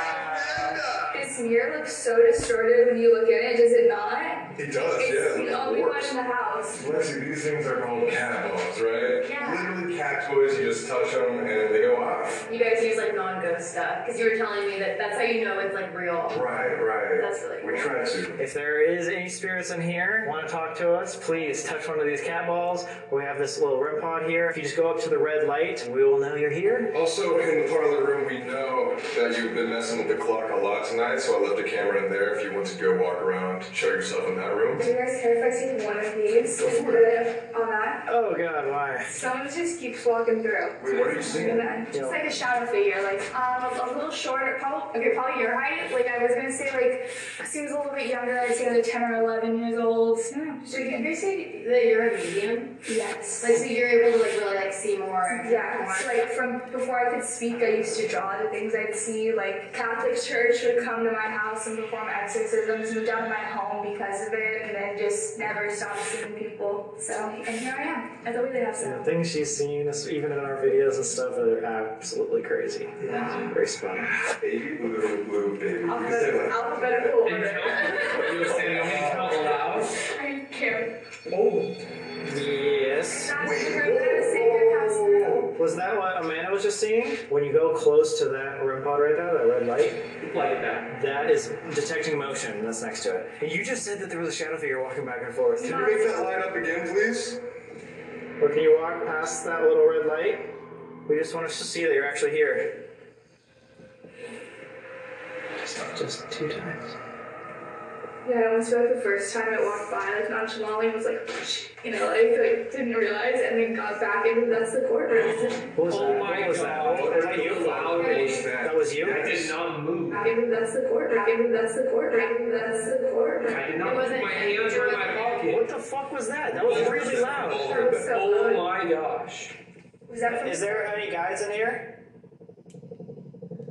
[SPEAKER 4] Wow.
[SPEAKER 3] His mirror looks so distorted when you look in it, does it not?
[SPEAKER 4] It does,
[SPEAKER 3] It's
[SPEAKER 4] yeah.
[SPEAKER 3] the only one in the house.
[SPEAKER 4] Lexi, these things are called cat bombs, right?
[SPEAKER 5] Yeah.
[SPEAKER 4] Literally cat toys, you just touch them and they go off.
[SPEAKER 5] You guys use like non-ghost stuff because you were telling me that that's how you know it's like real.
[SPEAKER 4] Right, right.
[SPEAKER 5] That's really
[SPEAKER 4] We try to.
[SPEAKER 2] If there is any spirits in here, want to talk to us, please touch one of these cat balls. We have this little REM pod here. If you just go up to the red light, we will know you're here.
[SPEAKER 4] Also, in the parlor room, we know that you've been messing with the clock a lot tonight, so I left a camera in there if you want to go walk around, show yourself in that room.
[SPEAKER 3] Do you guys care if I take one of these
[SPEAKER 4] Go
[SPEAKER 3] and
[SPEAKER 4] for
[SPEAKER 3] put it on that?
[SPEAKER 2] Oh god, why?
[SPEAKER 3] Someone just keeps walking through.
[SPEAKER 4] Wait, what are you seeing?
[SPEAKER 3] It's like a shadow figure, like um, a little shorter, probably okay, probably your height. Like I was gonna say, like seems a little bit younger. I'd say like ten or eleven years old.
[SPEAKER 5] So can you say that you're a medium?
[SPEAKER 3] Yes.
[SPEAKER 5] Like so you're able to like really like see more.
[SPEAKER 3] Yeah, it's like from before I could speak, I used to draw the things I'd see. Like Catholic Church would come to my house and perform exorcisms, moved out of my home because of it, and then just never stopped seeing people. So and here I am. I thought we'd have
[SPEAKER 2] The
[SPEAKER 3] some.
[SPEAKER 2] things she's seen, is- even in our videos and stuff, are absolutely crazy. Very spun.
[SPEAKER 4] Baby blue, blue, baby. You can say like.
[SPEAKER 3] Alphabetical
[SPEAKER 4] And
[SPEAKER 3] order.
[SPEAKER 4] count. You say, "Let me count loud."
[SPEAKER 3] I care.
[SPEAKER 2] Oh. Yes. Was that what Amanda was just seeing? When you go close to that REM pod right there, that red light?
[SPEAKER 6] Like that.
[SPEAKER 2] That is detecting motion. That's next to it. And You just said that there was a shadow figure walking back and forth.
[SPEAKER 4] Can you make that light up again, please?
[SPEAKER 2] Or can you walk past that little red light? We just want us to see that you're actually here. Just, just two times.
[SPEAKER 3] Yeah, I almost felt the first time I walked by, like nonchalantly, was like, "Oh, you know, like, like didn't realize, and then got back into that's the courtroom.
[SPEAKER 2] What was
[SPEAKER 6] oh
[SPEAKER 2] that?
[SPEAKER 6] my
[SPEAKER 2] what was
[SPEAKER 6] god.
[SPEAKER 2] that? Was that you? That was you?
[SPEAKER 6] I did not move.
[SPEAKER 3] I think that's the courtroom. I think that's the courtroom. I think that's the courtroom.
[SPEAKER 6] I did not move. My hands were in my pocket.
[SPEAKER 2] What the fuck was that? That was really loud.
[SPEAKER 3] That was so
[SPEAKER 6] Oh
[SPEAKER 3] loud.
[SPEAKER 6] my gosh.
[SPEAKER 3] Was that from
[SPEAKER 2] Is there any guys in here?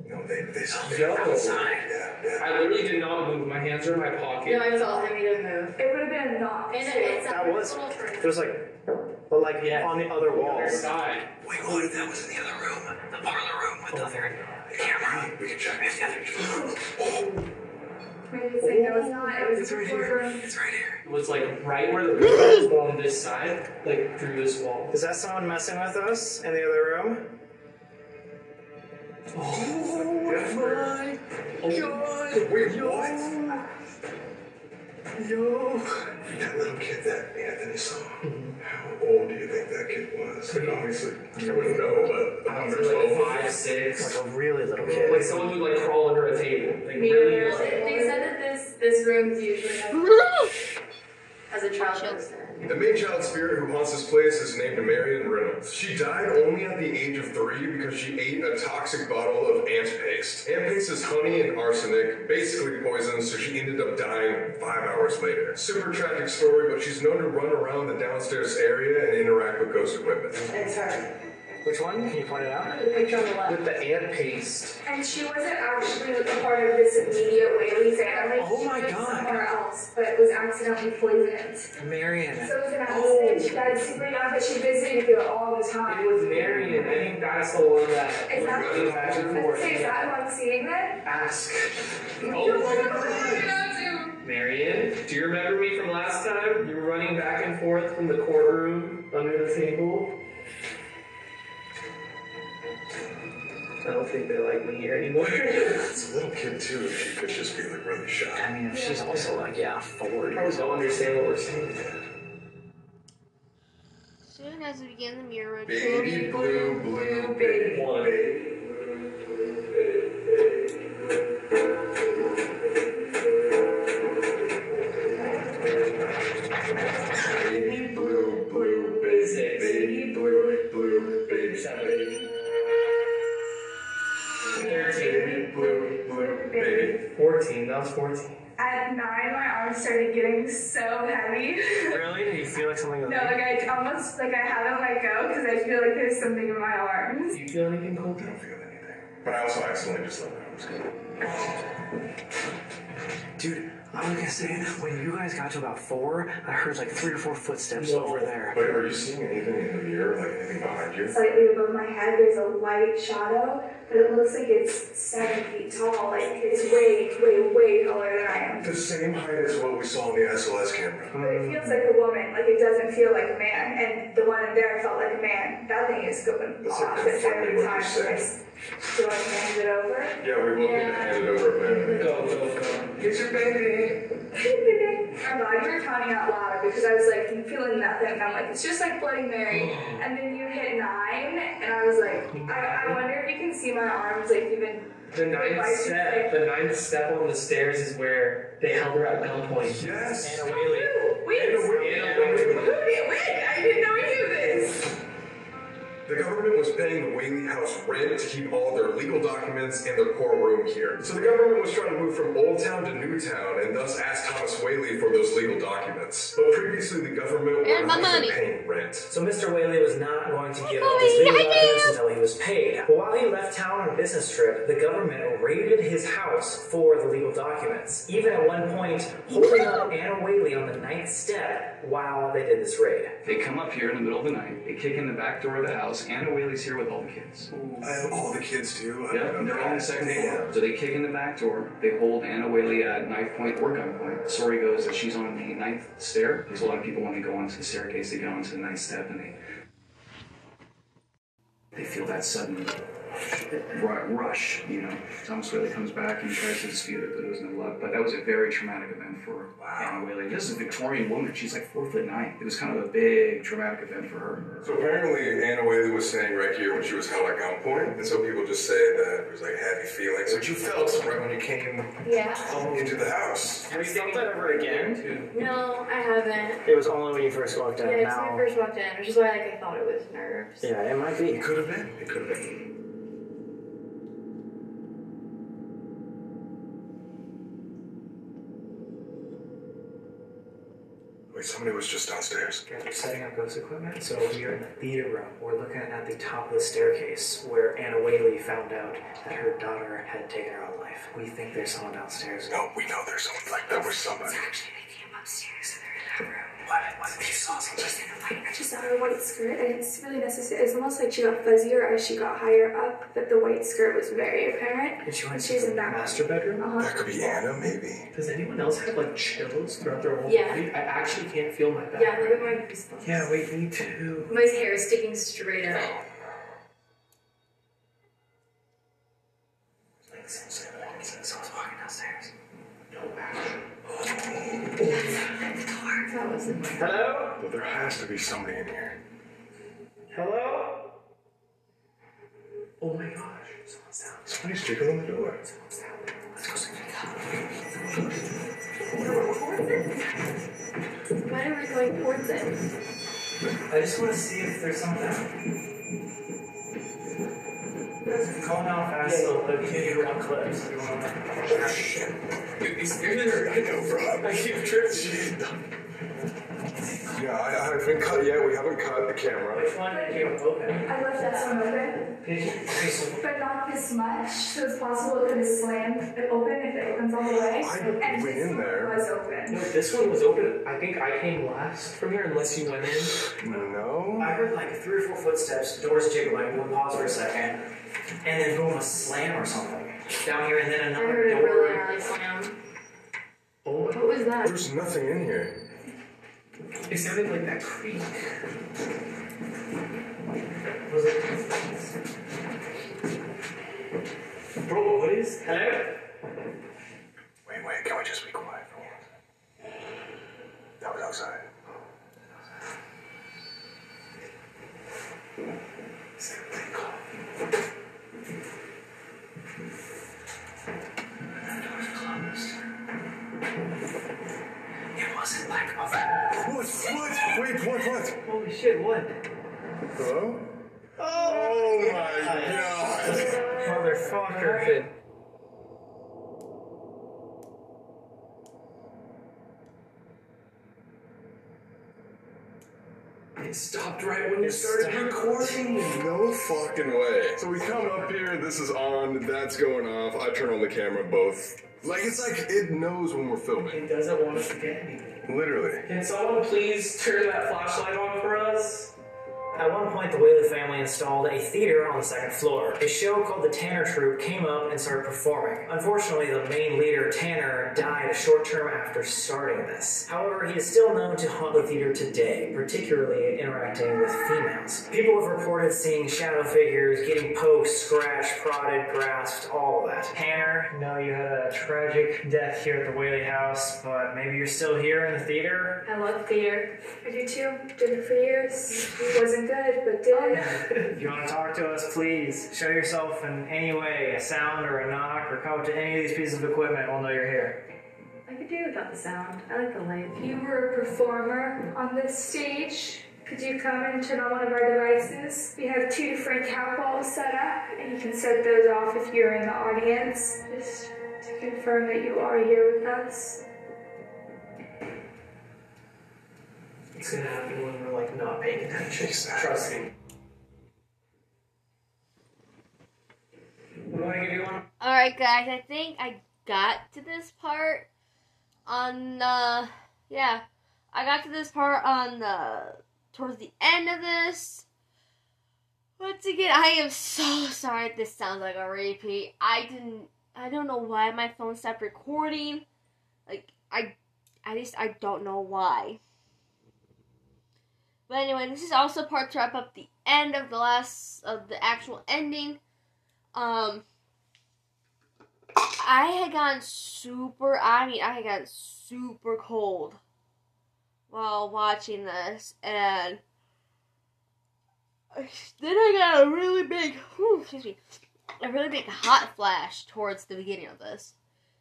[SPEAKER 4] No, they, they, they
[SPEAKER 6] Yo.
[SPEAKER 4] outside. Yeah, yeah.
[SPEAKER 6] I literally did not move. My hands were in my pocket.
[SPEAKER 5] No, I saw him. He didn't move.
[SPEAKER 3] It would have been a knock.
[SPEAKER 5] And it, it's
[SPEAKER 2] That
[SPEAKER 5] a
[SPEAKER 2] was-
[SPEAKER 5] little turn.
[SPEAKER 2] It was like, but like on the other wall.
[SPEAKER 6] Other side.
[SPEAKER 31] Wait, what if that was in the other room? The parlor room with the other camera?
[SPEAKER 4] We can check it.
[SPEAKER 3] Maybe it's like, no, it's not. It was the courtroom.
[SPEAKER 31] It's right here.
[SPEAKER 6] It was like right where the room was on this side, like through this wall.
[SPEAKER 2] Is that someone messing with us in the other room?
[SPEAKER 4] Oh my god! Wait, what? Yo! That little kid that Anthony saw,
[SPEAKER 31] Mm-hmm.
[SPEAKER 4] how old do you think that kid was? Like, obviously, you wouldn't know, but
[SPEAKER 6] It was like
[SPEAKER 4] 112.
[SPEAKER 6] five, six.
[SPEAKER 2] Like a really little
[SPEAKER 6] Like
[SPEAKER 2] kid.
[SPEAKER 6] someone who would like crawl under a table. Like
[SPEAKER 3] Me
[SPEAKER 6] really
[SPEAKER 3] neither.
[SPEAKER 6] just like,
[SPEAKER 5] They said that this this room's usually has, has a child ghost in it.
[SPEAKER 4] The main child spirit who haunts this place is named Marion Reynolds. She died only at the age of three because she ate a toxic bottle of ant paste. Ant paste is honey and arsenic, basically poison, so she ended up dying five hours later. Super tragic story, but she's known to run around the downstairs area and interact with ghostly women.
[SPEAKER 5] It's her.
[SPEAKER 2] Which one? Can you point it out?
[SPEAKER 5] The picture on the left.
[SPEAKER 6] with the ant paste.
[SPEAKER 3] And she wasn't actually a part of this immediate Whaley family.
[SPEAKER 2] Oh my
[SPEAKER 3] she was
[SPEAKER 2] God.
[SPEAKER 3] Somewhere else, but was accidentally poisoned.
[SPEAKER 2] Marion.
[SPEAKER 3] So it was an accident. She died super young, but she visited here all the
[SPEAKER 6] It
[SPEAKER 3] time.
[SPEAKER 6] was Marion. I think that's the one that.
[SPEAKER 3] Is that
[SPEAKER 6] we were back and
[SPEAKER 3] I'd
[SPEAKER 6] forth.
[SPEAKER 3] say is that who I'm seeing then?
[SPEAKER 6] Ask. Oh Marion, do you remember me from last time? You were running back and forth from the courtroom under the table. I don't think they like me here anymore.
[SPEAKER 4] It's a little kid too, if she could just be like really
[SPEAKER 2] I
[SPEAKER 4] shy.
[SPEAKER 2] mean, if she's also like, yeah, four
[SPEAKER 6] Probably
[SPEAKER 2] years
[SPEAKER 6] don't understand what we're saying.
[SPEAKER 1] Soon as we begin the mirror ritual,
[SPEAKER 4] Baby blue, blue, baby,
[SPEAKER 6] One.
[SPEAKER 4] baby. Baby blue, blue, baby,
[SPEAKER 6] Six.
[SPEAKER 4] baby blue, blue, baby, baby,
[SPEAKER 6] Thirteen.
[SPEAKER 4] baby blue, blue, baby.
[SPEAKER 6] Fourteen. That was fourteen.
[SPEAKER 3] At nine, my arms started getting so heavy.
[SPEAKER 2] Really? Do you feel like something?
[SPEAKER 3] no, like I almost like I haven't let go because I feel like there's something in my arms.
[SPEAKER 6] Do you feel anything cold?
[SPEAKER 4] I don't feel anything. But I also accidentally just let my arms go.
[SPEAKER 2] Dude, I was gonna say, when you guys got to about four, I heard like three or four footsteps over there.
[SPEAKER 4] Wait, are you seeing anything in the mirror? Like anything behind you?
[SPEAKER 3] Slightly above my head, there's a light shadow, but it looks like it's seven feet tall. Like it's way, way, way taller than I am.
[SPEAKER 4] The same height as what we saw on the SLS camera.
[SPEAKER 3] But it feels like a woman. Like it doesn't feel like a man. And the one in there felt like a man. That thing is going
[SPEAKER 4] That's
[SPEAKER 3] off
[SPEAKER 4] like
[SPEAKER 3] at
[SPEAKER 4] confirming
[SPEAKER 3] every
[SPEAKER 4] what you're
[SPEAKER 3] time.
[SPEAKER 4] saying.
[SPEAKER 3] Do I hand it over?
[SPEAKER 4] Yeah, we both need to hand it over a minute. Go, go, go.
[SPEAKER 3] Get your baby. I'm glad you were counting out loud because I was like feeling nothing. And I'm like, it's just like Bloody Mary. And then you hit nine, and I was like, I, I wonder if you can see my arms like even.
[SPEAKER 27] The ninth step, the ninth step on the stairs is where they held her at gunpoint.
[SPEAKER 4] Yes.
[SPEAKER 27] Anna Whaley.
[SPEAKER 3] Wait,
[SPEAKER 27] Anna Whaley.
[SPEAKER 3] wait, wait! I didn't know we knew this.
[SPEAKER 4] The government was paying the Whaley House rent to keep all their legal documents and their courtroom here. So the government was trying to move from Old Town to New Town and thus asked Thomas Whaley for those legal documents. But previously, the government were
[SPEAKER 1] And my
[SPEAKER 4] not even
[SPEAKER 1] money.
[SPEAKER 4] paying rent.
[SPEAKER 14] So Mr. Whaley was not going to give
[SPEAKER 1] Oh,
[SPEAKER 14] up his legal
[SPEAKER 1] I do.
[SPEAKER 14] documents until he was paid. But while he left town on a business trip, the government raided his house for the legal documents. Even at one point, holding up Anna Whaley on the ninth step while they did this raid.
[SPEAKER 17] They come up here in the middle of the night. They kick in the back door of the house. Anna Whaley's here with all the kids.
[SPEAKER 4] And all the kids do. I
[SPEAKER 17] Yeah,
[SPEAKER 4] don't know.
[SPEAKER 17] they're on the second
[SPEAKER 4] Damn.
[SPEAKER 17] floor. So they kick in the back door. They hold Anna Whaley at knife point or gunpoint. Story goes that she's on the ninth stair. There's a lot of people when they go onto the staircase, they go onto the ninth step and they they feel that sudden ru- rush. You know, Thomas Whaley comes back and tries to dispute it, but it was no luck. But that was a very traumatic event for Anna Whaley. This is a Victorian woman. She's like four foot nine. It was kind of a big traumatic event for her.
[SPEAKER 4] So apparently, Anna Whaley was standing right here when she was held at gunpoint, and so people just say that it was like heavy feelings, which you felt right when you came
[SPEAKER 3] Yeah.
[SPEAKER 4] into the house.
[SPEAKER 2] Have you felt that ever again?
[SPEAKER 5] No, I haven't.
[SPEAKER 2] It was only when you first walked
[SPEAKER 5] Yeah,
[SPEAKER 2] out.
[SPEAKER 5] it's when I
[SPEAKER 2] now,
[SPEAKER 5] first walked in, which is why like I thought it was nerves.
[SPEAKER 2] yeah, it might be.
[SPEAKER 4] It could have been. It could have been. Wait, somebody was just downstairs.
[SPEAKER 2] Guys, we're setting up ghost equipment, so we are in the theater room. We're looking at the top of the staircase where Anna Whaley found out that her daughter had taken her own life. We think there's someone downstairs.
[SPEAKER 4] No, we know there's someone like that. was somebody.
[SPEAKER 2] What? What? You saw something?
[SPEAKER 3] I just saw her white skirt, and it's really necessary. It's almost like she got fuzzier as she got higher up, but the white skirt was very apparent.
[SPEAKER 2] And she went
[SPEAKER 3] She's
[SPEAKER 2] to the
[SPEAKER 3] in that.
[SPEAKER 2] master bedroom?
[SPEAKER 3] Uh-huh.
[SPEAKER 4] That could be Anna, maybe.
[SPEAKER 27] Does anyone else have like chills throughout their whole
[SPEAKER 5] Oh. Yeah.
[SPEAKER 27] movie? I actually can't feel my back.
[SPEAKER 5] Yeah, look at my goosebumps.
[SPEAKER 2] Yeah, wait, me too.
[SPEAKER 5] My hair is sticking straight up.
[SPEAKER 2] Someone's walking downstairs.
[SPEAKER 5] That was
[SPEAKER 2] Oh Hello?
[SPEAKER 4] Well, there has to be somebody in here.
[SPEAKER 2] Hello? Oh my gosh, someone's down.
[SPEAKER 4] Somebody's jiggling the door.
[SPEAKER 5] Why are we going towards it?
[SPEAKER 2] I just want to see if there's something. Calm down fast, so the kid you want clips. You want
[SPEAKER 4] Oh, shit. He's here. I know, bro. I keep tripping. Yeah, I, I haven't cut yet. We haven't cut the camera.
[SPEAKER 27] Which one came open?
[SPEAKER 3] I left that one open, but not this much, so it's possible it could have slammed it open if it opens all the way.
[SPEAKER 4] I
[SPEAKER 3] And
[SPEAKER 4] went
[SPEAKER 3] this
[SPEAKER 4] in there.
[SPEAKER 3] one was open.
[SPEAKER 27] No, this one was open. I think I came last from here, unless you went in.
[SPEAKER 4] No.
[SPEAKER 14] I heard like three or four footsteps, doors jiggling, one pause for a second, and then boom, a slam or something. Down here, and then
[SPEAKER 5] I
[SPEAKER 14] another
[SPEAKER 5] heard a
[SPEAKER 14] door.
[SPEAKER 5] really gnarly slam.
[SPEAKER 27] Oh my
[SPEAKER 5] What was that?
[SPEAKER 4] There's nothing in here.
[SPEAKER 27] It sounded like that creak.
[SPEAKER 14] Was it?
[SPEAKER 27] Bro, what is? Hello?
[SPEAKER 4] Wait, wait. Can we just be quiet for once? That was outside.
[SPEAKER 2] It wasn't like a.
[SPEAKER 4] What? What? Wait. What? What?
[SPEAKER 27] Holy shit, what?
[SPEAKER 4] Hello? Oh my god.
[SPEAKER 27] Motherfucker. It stopped right when you started recording.
[SPEAKER 4] No fucking way. So we come up here, this is on, that's going off. I turn on the camera, both Like it's like it knows when we're filming.
[SPEAKER 6] It doesn't want us to get anything.
[SPEAKER 4] Literally.
[SPEAKER 6] Can someone please turn that flashlight on for us?
[SPEAKER 2] At one point, the Whaley family installed a theater on the second floor. A show called The Tanner Troupe came up and started performing. Unfortunately, the main leader, Tanner, died a short term after starting this. However, he is still known to haunt the theater today, particularly interacting with females. People have reported seeing shadow figures getting poked, scratched, prodded, grasped, all that. Tanner, no, you had a tragic death here at the Whaley house, but maybe you're still here in the theater?
[SPEAKER 5] I love theater. I do too.
[SPEAKER 3] Did it for years. Wasn't good, but did.
[SPEAKER 2] If you want to talk to us, please show yourself in any way a sound or a knock or come up to any of these pieces of equipment. We'll know you're here.
[SPEAKER 5] I could do without the sound. I like the light.
[SPEAKER 3] If you were a performer on this stage, could you come and turn on one of our devices? We have two different cat balls set up, and you can set those off if you're in the audience. Just to confirm that you are here with us.
[SPEAKER 6] It's gonna happen when we're like not paying attention. Trust me. What do I give you one?
[SPEAKER 1] Alright, guys, I think I got to this part on, uh, yeah. I got to this part on, uh, towards the end of this. Once again, I am so sorry if this sounds like a repeat. I didn't, I don't know why my phone stopped recording. Like, I, I just, I don't know why. But anyway, this is also part to wrap up the end of the last of the actual ending. Um, I had gotten super. I mean, I had gotten super cold while watching this, and then I got a really big. whew, excuse me, a really big hot flash towards the beginning of this.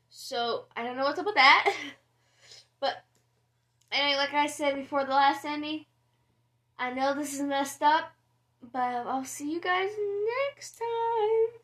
[SPEAKER 1] So I don't know what's up with that, but anyway, like I said before, the last ending. I know this is messed up, but I'll see you guys next time.